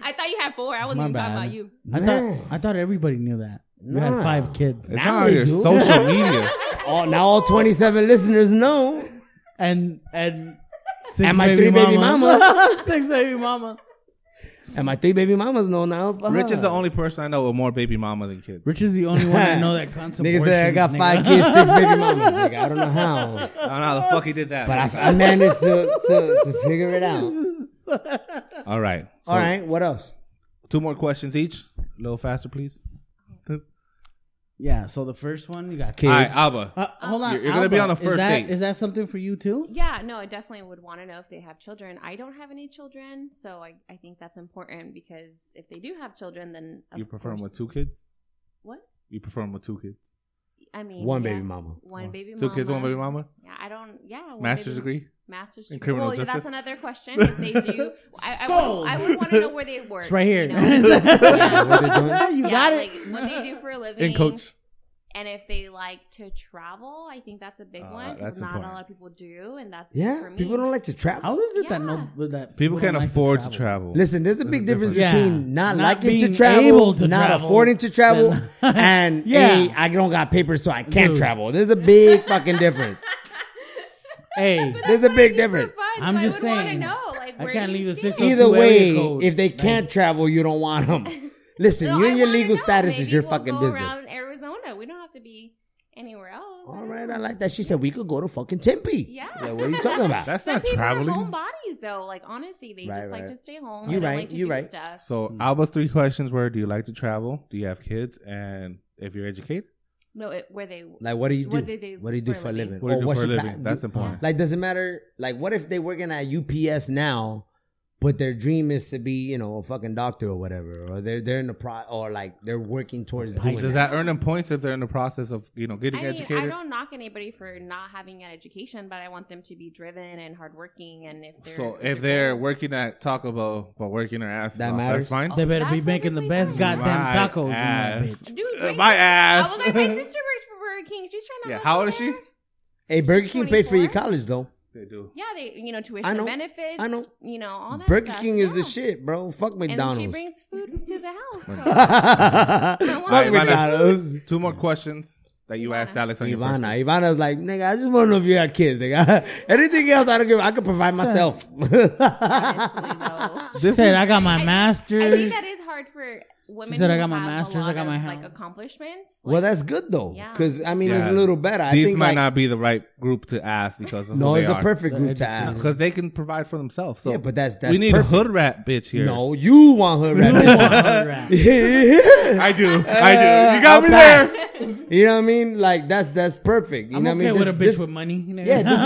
Speaker 5: I thought you had four. I wasn't
Speaker 3: My
Speaker 5: even
Speaker 3: bad.
Speaker 5: talking about you.
Speaker 3: I
Speaker 1: Man.
Speaker 3: thought I thought everybody knew that. You had
Speaker 1: Nah.
Speaker 3: five kids.
Speaker 2: It's
Speaker 1: Now
Speaker 2: on
Speaker 1: we
Speaker 2: your
Speaker 1: do.
Speaker 2: social media.
Speaker 1: All, now all 27 listeners know.
Speaker 3: And and six
Speaker 1: And my three baby
Speaker 3: six baby mama.
Speaker 1: And my three baby mamas know now. Fuck.
Speaker 2: Rich is the only person I know with more baby mama than kids.
Speaker 3: Rich is the only one I know that counts
Speaker 1: Nigga said I got
Speaker 3: abortions,
Speaker 1: five
Speaker 3: nigga.
Speaker 1: kids, six baby mamas. Nigga, I don't know how.
Speaker 2: I don't know how the fuck he did that.
Speaker 1: But I, I managed to, to, to figure it out.
Speaker 2: All right. So
Speaker 1: All right, what else?
Speaker 2: Two more questions each. A little faster, please.
Speaker 3: Yeah, so the first one you got
Speaker 1: Kids.
Speaker 2: All right, Abba.
Speaker 3: Uh, hold on.
Speaker 2: You're- you're gonna be on
Speaker 3: Alba,
Speaker 2: a first
Speaker 3: is that,
Speaker 2: date.
Speaker 3: Is that something for you too?
Speaker 4: Yeah, no, I definitely would want to know if they have children. I don't have any children, so I, I think that's important because if they do have children, then of
Speaker 2: you prefer him
Speaker 4: course-
Speaker 2: with two kids?
Speaker 4: What?
Speaker 2: You prefer him with two kids?
Speaker 4: I mean,
Speaker 1: One
Speaker 4: yeah.
Speaker 1: baby mama.
Speaker 4: one baby,
Speaker 2: Two kids, one baby mama?
Speaker 4: Yeah, I don't. Yeah, one
Speaker 2: Master's
Speaker 4: baby-
Speaker 2: degree?
Speaker 4: master's
Speaker 2: in
Speaker 4: degree.
Speaker 2: criminal
Speaker 4: well, yeah,
Speaker 2: justice?
Speaker 4: that's another question. If they do, I, I, would, I would want to know where they work.
Speaker 3: It's right here.
Speaker 4: You, know?
Speaker 1: What they doing?
Speaker 3: you
Speaker 4: Yeah,
Speaker 3: got it.
Speaker 4: like, What they do for a living.
Speaker 2: And coach.
Speaker 4: And if they like to travel, I think that's a big
Speaker 2: Uh,
Speaker 4: one. 'cause
Speaker 2: that's
Speaker 4: not
Speaker 2: important.
Speaker 4: a lot of people do, and that's big
Speaker 1: Yeah,
Speaker 4: for me.
Speaker 1: people don't like to travel.
Speaker 3: How is it that no
Speaker 4: Yeah.
Speaker 3: that
Speaker 2: People
Speaker 3: don't
Speaker 2: can't
Speaker 3: like
Speaker 2: afford to travel.
Speaker 1: Listen, there's a
Speaker 2: There's a
Speaker 1: big difference
Speaker 3: difference.
Speaker 1: between
Speaker 3: Yeah.
Speaker 1: not,
Speaker 3: Not
Speaker 1: liking to
Speaker 3: being
Speaker 1: travel,
Speaker 3: able to
Speaker 1: not
Speaker 3: travel,
Speaker 1: affording to travel,
Speaker 3: then-
Speaker 1: and
Speaker 3: Yeah.
Speaker 1: hey, I don't got papers, so I can't
Speaker 3: Dude.
Speaker 1: travel. There's a big fucking difference.
Speaker 3: Hey,
Speaker 1: There's a big difference.
Speaker 4: I'm
Speaker 3: I'm just
Speaker 4: just I would
Speaker 3: saying,
Speaker 4: Want to know, like,
Speaker 3: I
Speaker 4: where
Speaker 3: can't
Speaker 4: do
Speaker 3: leave
Speaker 4: you
Speaker 3: the
Speaker 4: stand?
Speaker 3: six-
Speaker 1: Either
Speaker 3: Two area
Speaker 1: way,
Speaker 3: code.
Speaker 1: if they
Speaker 3: Like-
Speaker 1: can't travel, you don't want them. Listen,
Speaker 4: No,
Speaker 1: you
Speaker 4: I
Speaker 1: and your
Speaker 4: wanna
Speaker 1: legal
Speaker 4: know.
Speaker 1: status
Speaker 4: Maybe
Speaker 1: is your
Speaker 4: we'll
Speaker 1: fucking
Speaker 4: go
Speaker 1: business.
Speaker 4: Around Arizona, we don't have to be anywhere else.
Speaker 1: All right, I like that. She said we could go to fucking Tempe.
Speaker 4: Yeah.
Speaker 1: Like, what are you talking about?
Speaker 2: That's
Speaker 4: But
Speaker 2: not
Speaker 4: people
Speaker 2: traveling.
Speaker 4: Are home bodies, though. Like honestly, they
Speaker 1: Right,
Speaker 4: just like
Speaker 1: right.
Speaker 4: to stay home.
Speaker 1: You
Speaker 4: They don't
Speaker 1: right,
Speaker 4: Like to
Speaker 1: you
Speaker 4: do
Speaker 1: right.
Speaker 4: Stuff.
Speaker 2: So Alba's three questions were: Do you like to travel? Do you have kids? And if you're educated,
Speaker 4: No, it, where they.
Speaker 1: Like, what do you do?
Speaker 4: What do they do
Speaker 1: What do you do for a living?
Speaker 2: what do
Speaker 1: Or
Speaker 2: you do
Speaker 1: what's
Speaker 2: for a
Speaker 1: your
Speaker 2: living?
Speaker 1: pa-
Speaker 2: That's important.
Speaker 1: like, does it matter? Like, what if they working at UPS now, but their dream is to be, you know, a fucking doctor or whatever, or they're they're in the pro, or like they're working towards doing
Speaker 2: Does
Speaker 1: that.
Speaker 2: that earn them points if they're in the process of you know getting
Speaker 4: I mean,
Speaker 2: educated?
Speaker 4: I don't knock anybody for not having an education, but I want them to be driven and hardworking. And if they're
Speaker 2: so if they're working at Taco Bell but working their ass
Speaker 1: That
Speaker 2: off,
Speaker 1: matters?
Speaker 2: that's fine.
Speaker 3: they better
Speaker 4: That's
Speaker 3: be making the
Speaker 4: perfectly
Speaker 3: best
Speaker 4: fine.
Speaker 3: goddamn
Speaker 2: My
Speaker 3: tacos in
Speaker 2: ass.
Speaker 3: that bitch.
Speaker 4: Dude,
Speaker 2: Uh,
Speaker 4: my,
Speaker 2: my ass.
Speaker 4: I was like, my sister works for Burger King. She's trying to.
Speaker 2: yeah,
Speaker 4: hustle
Speaker 2: how old is she?
Speaker 4: there.
Speaker 1: hey, Burger King paid for your
Speaker 4: 24?
Speaker 1: college though.
Speaker 2: They do.
Speaker 4: Yeah, they you know tuition
Speaker 1: I know.
Speaker 4: benefits.
Speaker 1: I know.
Speaker 4: You know all that.
Speaker 1: Burger
Speaker 4: stuff.
Speaker 1: King is the
Speaker 4: Yeah.
Speaker 1: shit, bro. Fuck
Speaker 4: And she
Speaker 1: McDonald's.
Speaker 4: brings food to the house.
Speaker 1: Fuck
Speaker 4: Alright,
Speaker 2: Ivana.
Speaker 1: McDonald's.
Speaker 2: Two more questions that you asked Alex on your first.
Speaker 1: Ivana, Ivana's like, nigga, I just want to know if you got kids, nigga. Anything else, I don't give. I could provide myself.
Speaker 4: So,
Speaker 3: This said, I got my
Speaker 4: I- I
Speaker 3: master's.
Speaker 4: I think that is hard for women.
Speaker 3: She said,
Speaker 4: who
Speaker 3: "I got my
Speaker 4: have a
Speaker 3: master's, I
Speaker 4: lot
Speaker 3: got
Speaker 4: of,
Speaker 3: my
Speaker 4: like
Speaker 3: house."
Speaker 4: accomplishments.
Speaker 1: well,
Speaker 4: Like,
Speaker 1: that's good though,
Speaker 4: Yeah.
Speaker 1: because I mean,
Speaker 2: Yeah.
Speaker 1: it's a little better. I
Speaker 2: These
Speaker 1: think
Speaker 2: might
Speaker 1: like,
Speaker 2: not be the right group to ask because of
Speaker 1: no,
Speaker 2: who
Speaker 1: it's
Speaker 2: they
Speaker 1: the
Speaker 2: are.
Speaker 1: perfect
Speaker 3: The
Speaker 1: group to
Speaker 3: educators.
Speaker 1: ask.
Speaker 2: because they can provide for themselves. So
Speaker 1: yeah, but that's that's
Speaker 2: we need
Speaker 1: perfect.
Speaker 2: a hood rat bitch here.
Speaker 1: No, you want her.
Speaker 3: You want hood
Speaker 1: Right
Speaker 3: rat.
Speaker 1: now.
Speaker 2: I do. I do. You
Speaker 1: Uh,
Speaker 2: got
Speaker 1: I'll
Speaker 2: me
Speaker 1: pass.
Speaker 2: there.
Speaker 1: you know what I mean? Like that's that's perfect. You
Speaker 3: I'm
Speaker 1: know
Speaker 3: okay
Speaker 1: what I
Speaker 3: with a
Speaker 1: mean?
Speaker 3: bitch
Speaker 1: This- this-
Speaker 3: with money. nigga.
Speaker 1: yeah, this is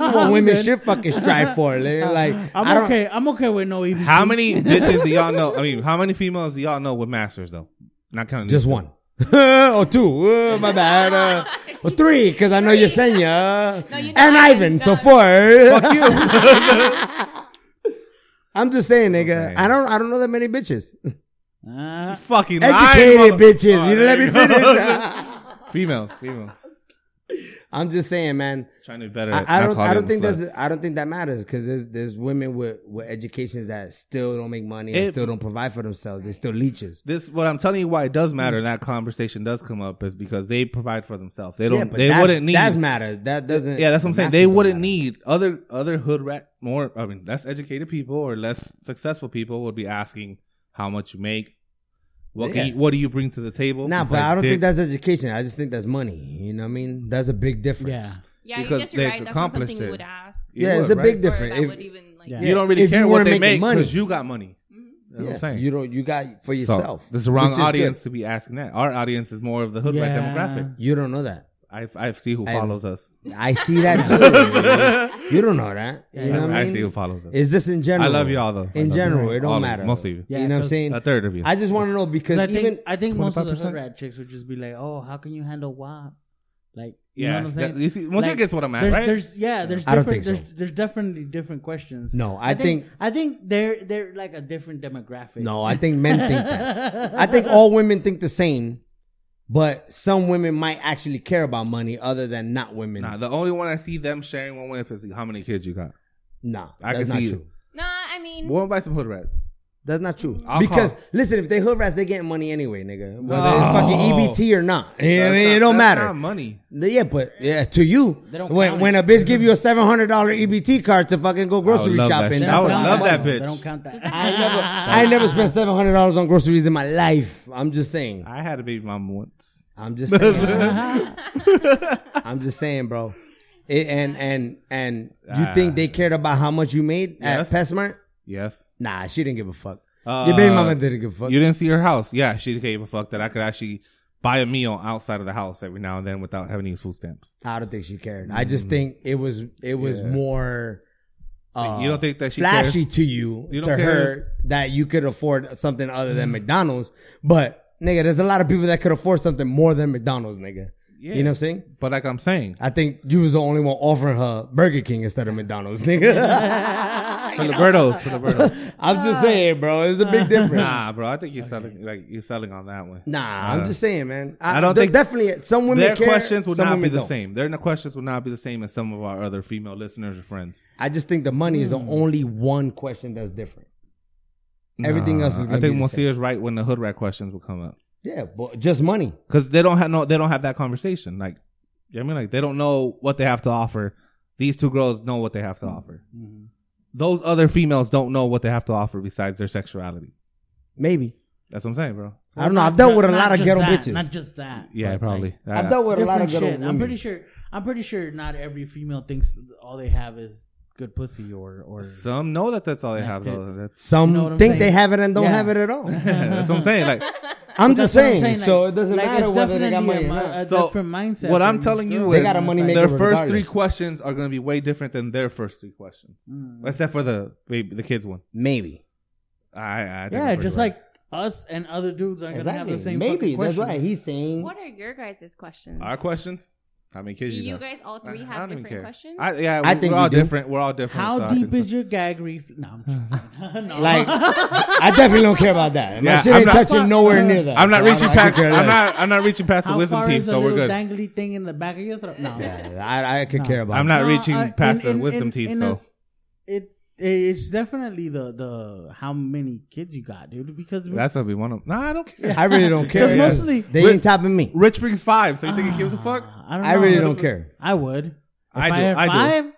Speaker 1: this is what
Speaker 3: I'm
Speaker 1: women
Speaker 3: good.
Speaker 1: should fucking strive for. nigga. Like
Speaker 3: I'm
Speaker 1: I don't-
Speaker 3: okay. I'm okay with no even.
Speaker 2: How many bitches do y'all know? I mean, how many females do y'all know with masters though? Not counting
Speaker 1: Just
Speaker 2: these two.
Speaker 1: one. or two. Uh, my bad. Uh, Well, three, because I know
Speaker 5: Three.
Speaker 1: you're Senya.
Speaker 5: No, you know
Speaker 1: and
Speaker 5: Ivan,
Speaker 1: Ivan, so
Speaker 5: duh.
Speaker 1: four.
Speaker 2: Fuck you.
Speaker 1: I'm just saying, nigga.
Speaker 2: Okay.
Speaker 1: I don't I don't know that many bitches.
Speaker 3: Uh,
Speaker 2: Fucking
Speaker 1: Educated
Speaker 2: lying, mother-
Speaker 1: bitches.
Speaker 2: Oh,
Speaker 1: you didn't let me
Speaker 2: there you go.
Speaker 1: finish.
Speaker 2: females, females.
Speaker 1: I'm just saying, man.
Speaker 2: Trying to be better. at
Speaker 1: I, I
Speaker 2: Uh, not
Speaker 1: don't. I
Speaker 2: calling
Speaker 1: don't
Speaker 2: them
Speaker 1: think
Speaker 2: sluts.
Speaker 1: that's. I don't think that matters because there's there's women with with educations that still don't make money and
Speaker 2: It-
Speaker 1: still don't provide for themselves. They're still leeches.
Speaker 2: this what I'm telling you why it does
Speaker 1: Mm.
Speaker 2: matter and that conversation does come up is because they provide for themselves. They don't they
Speaker 1: that's,
Speaker 2: wouldn't need
Speaker 1: That's matter. That doesn't.
Speaker 2: Yeah, that's what I'm
Speaker 1: the
Speaker 2: saying.
Speaker 1: masses
Speaker 2: They
Speaker 1: don't
Speaker 2: wouldn't
Speaker 1: matter.
Speaker 2: need other other hood rat more I mean less educated people or less successful people would be asking how much you make. What can
Speaker 1: Yeah.
Speaker 2: you, what do you bring to the table?
Speaker 1: Nah, but
Speaker 2: besides
Speaker 1: I don't
Speaker 2: dick?
Speaker 1: think that's education. I just think that's money. You know what I mean? That's a big difference.
Speaker 3: yeah.
Speaker 5: Yeah, I
Speaker 2: Because
Speaker 5: guess you're
Speaker 2: they
Speaker 5: right. That's not something
Speaker 2: accomplished it.
Speaker 5: you would ask.
Speaker 2: You
Speaker 1: yeah,
Speaker 2: would,
Speaker 1: it's a
Speaker 2: right?
Speaker 1: big
Speaker 5: Or
Speaker 1: difference.
Speaker 5: that
Speaker 1: If-
Speaker 5: would even like.
Speaker 3: Yeah.
Speaker 2: You don't really
Speaker 1: If you
Speaker 2: care
Speaker 1: weren't
Speaker 2: what they
Speaker 1: making
Speaker 2: make
Speaker 1: money.
Speaker 2: because you got money. That's what
Speaker 1: yeah,
Speaker 2: I'm saying.
Speaker 1: You don't. You got for
Speaker 2: So,
Speaker 1: yourself.
Speaker 2: this is the wrong
Speaker 1: which is good.
Speaker 2: audience to be asking that. Our audience is more of the hood rat
Speaker 3: Yeah.
Speaker 2: demographic.
Speaker 1: You don't know that.
Speaker 2: I I see who
Speaker 1: I-
Speaker 2: follows us.
Speaker 1: I see that too. you don't know that. You know what
Speaker 2: I
Speaker 1: I mean?
Speaker 2: see who follows us.
Speaker 1: It's just in general.
Speaker 2: I love you all though. I
Speaker 1: In
Speaker 2: love
Speaker 1: general,
Speaker 2: you.
Speaker 1: it don't
Speaker 2: All of you.
Speaker 1: matter.
Speaker 2: Most of you.
Speaker 3: Yeah,
Speaker 1: you know what I'm
Speaker 3: 'cause
Speaker 1: saying?
Speaker 2: A third of you.
Speaker 1: I just want to know because
Speaker 3: 'Cause I
Speaker 1: even
Speaker 3: think I think most of the hood
Speaker 2: 25%?
Speaker 3: rat chicks would just be like, "Oh, how can you handle WAP?" Like, you
Speaker 2: yeah,
Speaker 3: know what I'm
Speaker 2: that-
Speaker 3: saying?
Speaker 2: you see, once
Speaker 3: Like,
Speaker 2: I gets what I'm at,
Speaker 3: there's,
Speaker 2: right?
Speaker 3: there's yeah, there's
Speaker 1: I don't think
Speaker 3: different
Speaker 1: so.
Speaker 3: there's there's definitely different questions.
Speaker 1: no, I, think,
Speaker 3: I think they're they're like a different demographic.
Speaker 1: no, I think men think that. I think all women think the same, but some women might actually care about money other than not women.
Speaker 2: nah,
Speaker 1: Nah,
Speaker 2: the only one I see them sharing one with is how many kids you got.
Speaker 1: Mm-hmm.
Speaker 2: I
Speaker 1: that's
Speaker 2: can
Speaker 1: not
Speaker 2: see you.
Speaker 1: true.
Speaker 5: Nah, I mean,
Speaker 2: We'll invite some hood rats.
Speaker 1: That's not true.
Speaker 2: I'll
Speaker 1: because
Speaker 2: call.
Speaker 1: listen, if they hood rats, they getting money anyway, nigga. Whether
Speaker 2: No.
Speaker 1: it's fucking EBT or not, You know what I
Speaker 2: That's
Speaker 1: mean?
Speaker 2: not-
Speaker 1: it don't
Speaker 2: that's
Speaker 1: matter.
Speaker 2: Not money.
Speaker 1: Yeah, but yeah, to you,
Speaker 3: They don't
Speaker 1: when
Speaker 3: count
Speaker 1: when
Speaker 3: it.
Speaker 1: a bitch give you a seven hundred dollar EBT card to fucking go grocery
Speaker 2: love that
Speaker 1: shopping,
Speaker 2: shit.
Speaker 1: that's
Speaker 2: I would
Speaker 1: a lot
Speaker 2: love
Speaker 1: of money.
Speaker 2: that bitch.
Speaker 3: They don't count that.
Speaker 1: I never, I never spent seven hundred dollars on groceries in my life. I'm just saying.
Speaker 2: I had a baby mama once.
Speaker 1: I'm just saying. I'm just saying, bro. It, and and and you
Speaker 2: Ah.
Speaker 1: think they cared about how much you made
Speaker 2: Yes.
Speaker 1: at PetSmart?
Speaker 2: yes.
Speaker 1: Nah, she didn't give a fuck.
Speaker 2: Uh,
Speaker 1: Your baby mama didn't give a fuck.
Speaker 2: You didn't see her house. Yeah, she gave a fuck that I could actually buy a meal outside of the house every now and then without having to use food stamps.
Speaker 1: I don't think she cared. I just think it was it was
Speaker 2: Mm. Yeah.
Speaker 1: more. Uh,
Speaker 2: you don't think that she
Speaker 1: flashy
Speaker 2: cares?
Speaker 1: to you,
Speaker 2: You
Speaker 1: to
Speaker 2: don't cares? Mm.
Speaker 1: her that you could afford something other than McDonald's, but nigga, there's a lot of people that could afford something more than McDonald's, nigga.
Speaker 2: Yeah.
Speaker 1: You know what I'm saying?
Speaker 2: But like I'm saying,
Speaker 1: I think you was the only one offering her Burger King instead of McDonald's, nigga.
Speaker 2: Filibertos, Filibertos.
Speaker 1: I'm just saying, bro. It's a big difference. Nah,
Speaker 2: nah, bro. I think you're selling like you're selling on that one.
Speaker 1: I'm
Speaker 2: Uh,
Speaker 1: just saying, man. I,
Speaker 2: I
Speaker 1: don't
Speaker 2: don't
Speaker 1: think
Speaker 2: think-
Speaker 1: definitely some women
Speaker 2: their
Speaker 1: care,
Speaker 2: questions would
Speaker 1: some
Speaker 2: not be
Speaker 1: women
Speaker 2: the
Speaker 1: don't.
Speaker 2: same. Their questions would not be the same as some of our other female listeners or friends.
Speaker 1: I just think the money is the
Speaker 2: Hmm.
Speaker 1: only one question that's different. Everything else is gonna
Speaker 2: I think
Speaker 1: be the
Speaker 2: Monsieur is right when the hood rat questions will come up
Speaker 1: Yeah, but just money.
Speaker 2: because they don't have no, they don't have that conversation. Like, you know what I mean, like they don't know what they have to offer. These two girls know what they have to
Speaker 1: Mm.
Speaker 2: offer.
Speaker 3: Mm-hmm.
Speaker 2: Those other females don't know what they have to offer besides their sexuality.
Speaker 1: Maybe.
Speaker 2: That's what I'm saying, bro.
Speaker 1: I don't know.
Speaker 3: Not
Speaker 1: I've dealt
Speaker 3: ju-
Speaker 1: with a
Speaker 3: not
Speaker 1: lot of
Speaker 3: just
Speaker 1: ghetto
Speaker 3: that,
Speaker 1: bitches.
Speaker 3: Not just that.
Speaker 2: Yeah,
Speaker 3: but,
Speaker 2: probably.
Speaker 3: like,
Speaker 1: I've dealt with a lot of
Speaker 3: different
Speaker 1: ghetto
Speaker 3: shit.
Speaker 1: women.
Speaker 3: I'm pretty sure. I'm pretty sure not every female thinks all they have is good pussy or or.
Speaker 2: Some know that that's all they
Speaker 3: Nice
Speaker 2: have. Though.
Speaker 3: tits.
Speaker 2: That's
Speaker 1: Some
Speaker 3: You know what I'm
Speaker 1: think
Speaker 3: saying?
Speaker 1: they have it and don't
Speaker 3: Yeah.
Speaker 1: have it at all.
Speaker 2: that's what I'm saying. Like
Speaker 1: I'm
Speaker 3: That's
Speaker 1: just
Speaker 3: what I'm
Speaker 1: saying.
Speaker 3: like,
Speaker 1: so it doesn't
Speaker 3: like,
Speaker 1: matter
Speaker 3: it's
Speaker 1: whether they got money
Speaker 3: definitely
Speaker 1: or
Speaker 3: a mi-
Speaker 1: not.
Speaker 3: a
Speaker 2: So,
Speaker 3: different mindset.
Speaker 2: what
Speaker 3: for
Speaker 2: I'm
Speaker 3: each
Speaker 2: telling you
Speaker 3: girl.
Speaker 2: is- They
Speaker 1: got a money
Speaker 3: It's
Speaker 1: maker.
Speaker 2: their
Speaker 1: it
Speaker 2: first three
Speaker 1: regardless.
Speaker 2: questions are going to be way different than their first three questions,
Speaker 3: Mm.
Speaker 2: except for the baby, the kids one.
Speaker 1: Maybe.
Speaker 2: I, I think
Speaker 3: Yeah,
Speaker 2: that's
Speaker 3: just
Speaker 2: right.
Speaker 3: like us and other dudes aren't gonna have the same.
Speaker 1: Maybe.
Speaker 3: fucking
Speaker 1: That's
Speaker 3: question.
Speaker 1: why he's saying.
Speaker 4: What are your guys' questions?
Speaker 2: our questions. How many
Speaker 4: Do
Speaker 2: kids you,
Speaker 4: you
Speaker 2: got?
Speaker 4: guys all three
Speaker 2: I- I
Speaker 4: have
Speaker 2: don't even
Speaker 4: different
Speaker 2: care.
Speaker 4: questions?
Speaker 2: I, yeah,
Speaker 1: I
Speaker 2: we're
Speaker 1: think we
Speaker 2: all
Speaker 1: do.
Speaker 2: different. We're all different.
Speaker 3: How
Speaker 2: so I
Speaker 3: deep
Speaker 2: think
Speaker 3: is
Speaker 2: so.
Speaker 3: your gag reflex? No, I'm just kidding. no.
Speaker 1: Like, I definitely don't care about that. My
Speaker 2: Yeah,
Speaker 1: shit
Speaker 2: I'm
Speaker 1: ain't
Speaker 2: not-
Speaker 1: touching nowhere near that.
Speaker 2: I'm not
Speaker 1: So I
Speaker 2: reaching
Speaker 1: don't- I could
Speaker 2: past.
Speaker 1: care less.
Speaker 2: I'm not. I'm not reaching past the
Speaker 3: How
Speaker 2: wisdom
Speaker 3: far
Speaker 2: teeth,
Speaker 3: is a
Speaker 2: so we're
Speaker 3: little
Speaker 2: good.
Speaker 3: dangly thing in the back of your throat? No,
Speaker 1: Yeah, I, I could
Speaker 3: No.
Speaker 1: care about.
Speaker 2: I'm
Speaker 1: it.
Speaker 2: not
Speaker 3: No,
Speaker 2: reaching
Speaker 3: I-
Speaker 2: past
Speaker 3: in-
Speaker 2: the
Speaker 3: in-
Speaker 2: wisdom
Speaker 3: in-
Speaker 2: teeth,
Speaker 3: in
Speaker 2: so
Speaker 3: a- it it's definitely the the how many kids you got, dude. Because we-
Speaker 2: that's gonna be one of. Nah, I don't care.
Speaker 1: I really don't care.
Speaker 3: Because mostly-
Speaker 1: they
Speaker 2: Ri-
Speaker 1: ain't topping me.
Speaker 2: Rich brings five, so you think he gives a
Speaker 3: Ah,
Speaker 2: fuck?
Speaker 3: I don't.
Speaker 1: I
Speaker 3: know.
Speaker 1: really don't care.
Speaker 3: I would. If
Speaker 2: I do,
Speaker 3: had
Speaker 2: I do.
Speaker 3: five,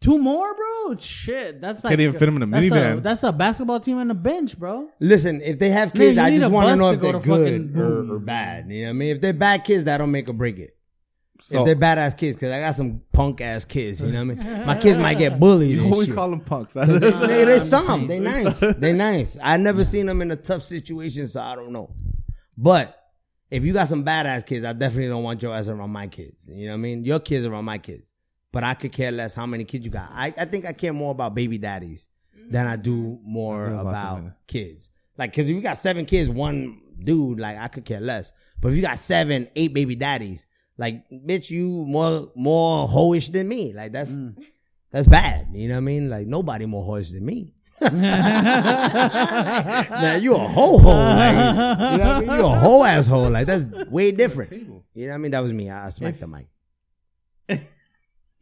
Speaker 3: Two more, bro. Shit, that's like
Speaker 2: Can't even fit 'em in a
Speaker 3: that's
Speaker 2: minivan.
Speaker 3: That's a basketball team and a bench, bro.
Speaker 1: Listen, if they have
Speaker 3: Man,
Speaker 1: kids,
Speaker 3: you
Speaker 1: I
Speaker 3: need
Speaker 1: just
Speaker 3: a
Speaker 1: want to
Speaker 3: bus
Speaker 1: know
Speaker 3: to
Speaker 1: if
Speaker 3: go
Speaker 1: they're
Speaker 3: to fucking
Speaker 1: good or, or
Speaker 3: movies.
Speaker 1: bad. You know what I mean? If they're bad kids, that don't make or break it.
Speaker 2: So
Speaker 1: if they're badass kids, because I got some punk ass kids. You know what I mean? My kids might get bullied.
Speaker 2: you
Speaker 1: and
Speaker 2: always
Speaker 1: shit.
Speaker 2: call them punks.
Speaker 1: They, they
Speaker 3: I'm
Speaker 1: some.
Speaker 3: saying.
Speaker 1: They nice. They nice. I never seen them in a tough situation, so I don't know. But if you got some badass kids, I definitely don't want your ass around my kids. You know what I mean? Your kids around my kids. But I could care less how many kids you got. I, I think I care more about baby daddies than I do more
Speaker 2: I feel about
Speaker 1: about
Speaker 2: that.
Speaker 1: kids. Like, cause if you got seven kids, one dude, like I could care less. But if you got seven, eight baby daddies, Like, bitch, you more more hoish than me. Like that's
Speaker 3: Mm.
Speaker 1: that's bad. You know what I mean? Like nobody more hoish than me. now you a ho ho. Like, you know what I mean? You a whole asshole. Like that's way different.
Speaker 2: Table.
Speaker 1: You know what I mean? That was me. I, I smacked the
Speaker 3: If-
Speaker 1: mic.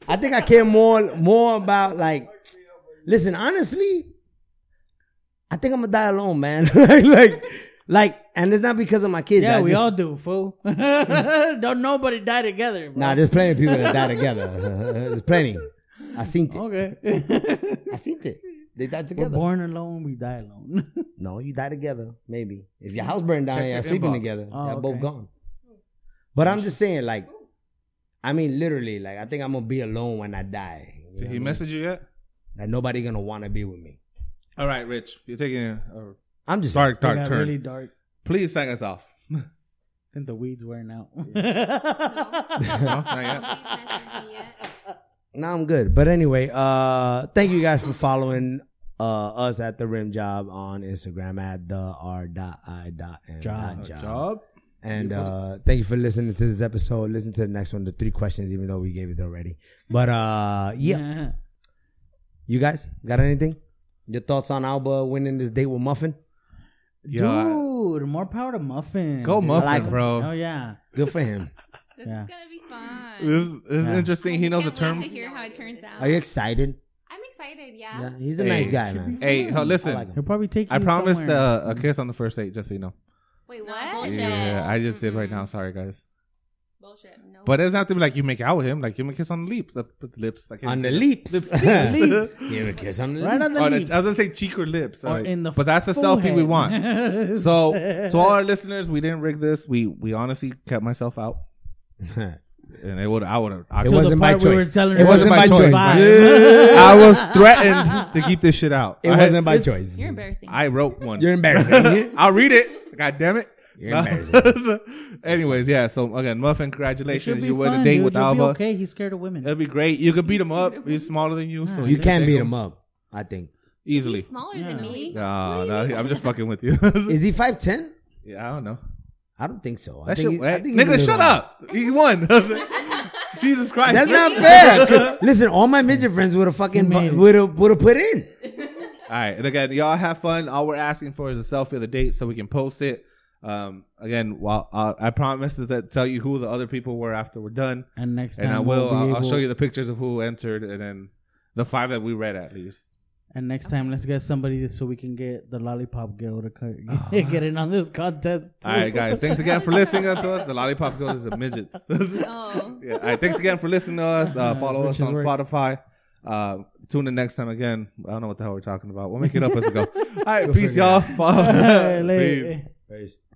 Speaker 1: I think I care more more about like listen, honestly, I think I'm gonna die alone, man. like, like like and it's not because of my kids.
Speaker 3: yeah,
Speaker 1: I
Speaker 3: we
Speaker 1: just-
Speaker 3: all do, fool. Don't nobody die together. Bro.
Speaker 1: Nah, there's plenty of people that die together. there's plenty. I seen it.
Speaker 3: okay.
Speaker 1: I seen it. They died
Speaker 3: Oh. We're
Speaker 1: together.
Speaker 3: born alone, we die alone.
Speaker 1: No, you die together. Maybe if your house burned down,
Speaker 2: Check
Speaker 1: and you're
Speaker 2: your
Speaker 1: sleeping
Speaker 2: inbox.
Speaker 1: together.
Speaker 3: Oh,
Speaker 1: they're both
Speaker 3: okay.
Speaker 1: gone. But I'm just saying, like, I mean, literally, like, I think I'm gonna be alone when I die. You know
Speaker 2: Did
Speaker 1: what I
Speaker 2: he
Speaker 1: mean?
Speaker 2: message you yet?
Speaker 1: Like nobody gonna wanna be with me.
Speaker 2: All right, Rich, you're taking a
Speaker 1: I'm just
Speaker 2: dark,
Speaker 3: It
Speaker 2: dark
Speaker 3: got
Speaker 2: turn.
Speaker 3: really dark.
Speaker 2: Please sign us off.
Speaker 3: I think the weeds wearing out.
Speaker 2: No, not yet.
Speaker 1: Now I'm good. But anyway, uh thank you guys for following uh us at the rim job on Instagram at the r dot i dot m
Speaker 3: Job.
Speaker 1: dot job.
Speaker 2: Job.
Speaker 1: And uh thank you for listening to this episode. Listen to the next one, the three questions, even though we gave it already. But uh yeah. You guys got anything? Your thoughts on Alba winning this date with Muffin?
Speaker 2: Yeah.
Speaker 3: Dude, more power to Muffin.
Speaker 2: Go
Speaker 3: dude.
Speaker 2: Muffin,
Speaker 1: like him.
Speaker 2: bro.
Speaker 3: Oh, yeah.
Speaker 1: Good for him.
Speaker 5: This
Speaker 3: Yeah.
Speaker 5: is gonna be fun.
Speaker 2: This is this is
Speaker 3: Yeah.
Speaker 2: interesting. He knows the
Speaker 5: Can't wait
Speaker 2: terms.
Speaker 5: To hear how it turns out.
Speaker 1: Are you excited?
Speaker 4: I'm excited. Yeah.
Speaker 1: Yeah, he's a
Speaker 2: Hey.
Speaker 1: nice guy, man.
Speaker 2: Hey, ho- listen.
Speaker 1: I
Speaker 2: I,
Speaker 1: like him.
Speaker 3: He'll probably take you
Speaker 2: promised
Speaker 3: somewhere.
Speaker 2: uh, a kiss on the first date, just so you know.
Speaker 4: Wait,
Speaker 5: No,
Speaker 4: what?
Speaker 5: bullshit.
Speaker 2: Yeah, I just did right
Speaker 5: Mm-mm.
Speaker 2: now. Sorry, guys.
Speaker 5: Bullshit.
Speaker 4: No.
Speaker 2: But it doesn't have to be like you make out with him. Like give him a kiss on the lips. Uh, put the lips. I can't
Speaker 1: On
Speaker 2: say
Speaker 1: the
Speaker 2: that.
Speaker 1: leaps.
Speaker 2: Lips.
Speaker 1: Give a kiss on the
Speaker 3: Right
Speaker 1: lips.
Speaker 3: on the
Speaker 2: Oh, that's-
Speaker 3: leaves.
Speaker 2: I was gonna say cheek or lips.
Speaker 3: Or
Speaker 2: Sorry.
Speaker 3: in the
Speaker 2: but that's a selfie we
Speaker 3: forehead.
Speaker 2: want. So to all our listeners, we didn't rig this. We we honestly kept myself out, and it would I would have. I
Speaker 1: It
Speaker 3: To
Speaker 2: could've-
Speaker 1: wasn't
Speaker 3: the
Speaker 1: my
Speaker 3: part we
Speaker 1: choice.
Speaker 3: were telling
Speaker 1: It
Speaker 3: her
Speaker 1: wasn't
Speaker 3: to
Speaker 1: my
Speaker 3: buy
Speaker 1: choice.
Speaker 3: five.
Speaker 2: I was threatened to keep this shit out.
Speaker 1: It
Speaker 2: I had-
Speaker 1: wasn't by choice.
Speaker 5: You're embarrassing.
Speaker 2: I wrote one.
Speaker 1: You're embarrassing.
Speaker 2: I'll read it. God damn it.
Speaker 1: You're embarrassing.
Speaker 2: Anyways, yeah. So again, Muffin,
Speaker 3: It should
Speaker 2: congratulations.
Speaker 3: be
Speaker 2: You went
Speaker 3: fun,
Speaker 2: a date
Speaker 3: dude.
Speaker 2: with
Speaker 3: You'll
Speaker 2: Alba.
Speaker 3: Be okay, he's scared of women.
Speaker 2: It'd be great. You could beat him up. He's smaller than you, so
Speaker 3: Ah,
Speaker 1: You can
Speaker 2: take
Speaker 1: beat him up, I think.
Speaker 2: easily.
Speaker 4: Smaller
Speaker 3: Yeah.
Speaker 4: than me.
Speaker 2: No, no, I'm just fucking with you.
Speaker 1: Is he five ten?
Speaker 2: yeah, I don't know.
Speaker 1: I don't think so. I
Speaker 2: That
Speaker 1: think
Speaker 2: shit,
Speaker 1: he- I
Speaker 2: hey,
Speaker 1: think he's a
Speaker 2: nigga,
Speaker 1: little-
Speaker 2: shut up. He won. Jesus Christ.
Speaker 1: That's not fair. 'cause Listen, all my midget friends would have fucking
Speaker 3: You made it.
Speaker 1: would have would have put in.
Speaker 2: All right, and again, y'all have fun. All we're asking for is a selfie of the date so we can post it. Um, again, while uh, I promise to tell you who the other people were after we're done,
Speaker 3: and next time
Speaker 2: and I
Speaker 3: we'll
Speaker 2: will.
Speaker 3: be
Speaker 2: I'll, I'll
Speaker 3: able-
Speaker 2: show you the pictures of who entered, and then the five that we read at least.
Speaker 3: And next time, let's get somebody so we can get the Lollipop Girl to co- get in on this contest. Too.
Speaker 2: Ah. All right, guys, thanks again for listening to us. The Lollipop Girls is a midgets.
Speaker 5: oh.
Speaker 2: yeah, all right, thanks again for listening to us. Uh, follow us
Speaker 3: Rich's
Speaker 2: on
Speaker 3: work.
Speaker 2: Spotify. Uh, tune in next time again. I don't know what the hell we're talking about. We'll make it up as we go. All right, peace,
Speaker 1: figure it
Speaker 2: y'all.
Speaker 1: out.
Speaker 2: Follow-
Speaker 3: Hey,
Speaker 2: Peace.
Speaker 3: later.
Speaker 1: Right.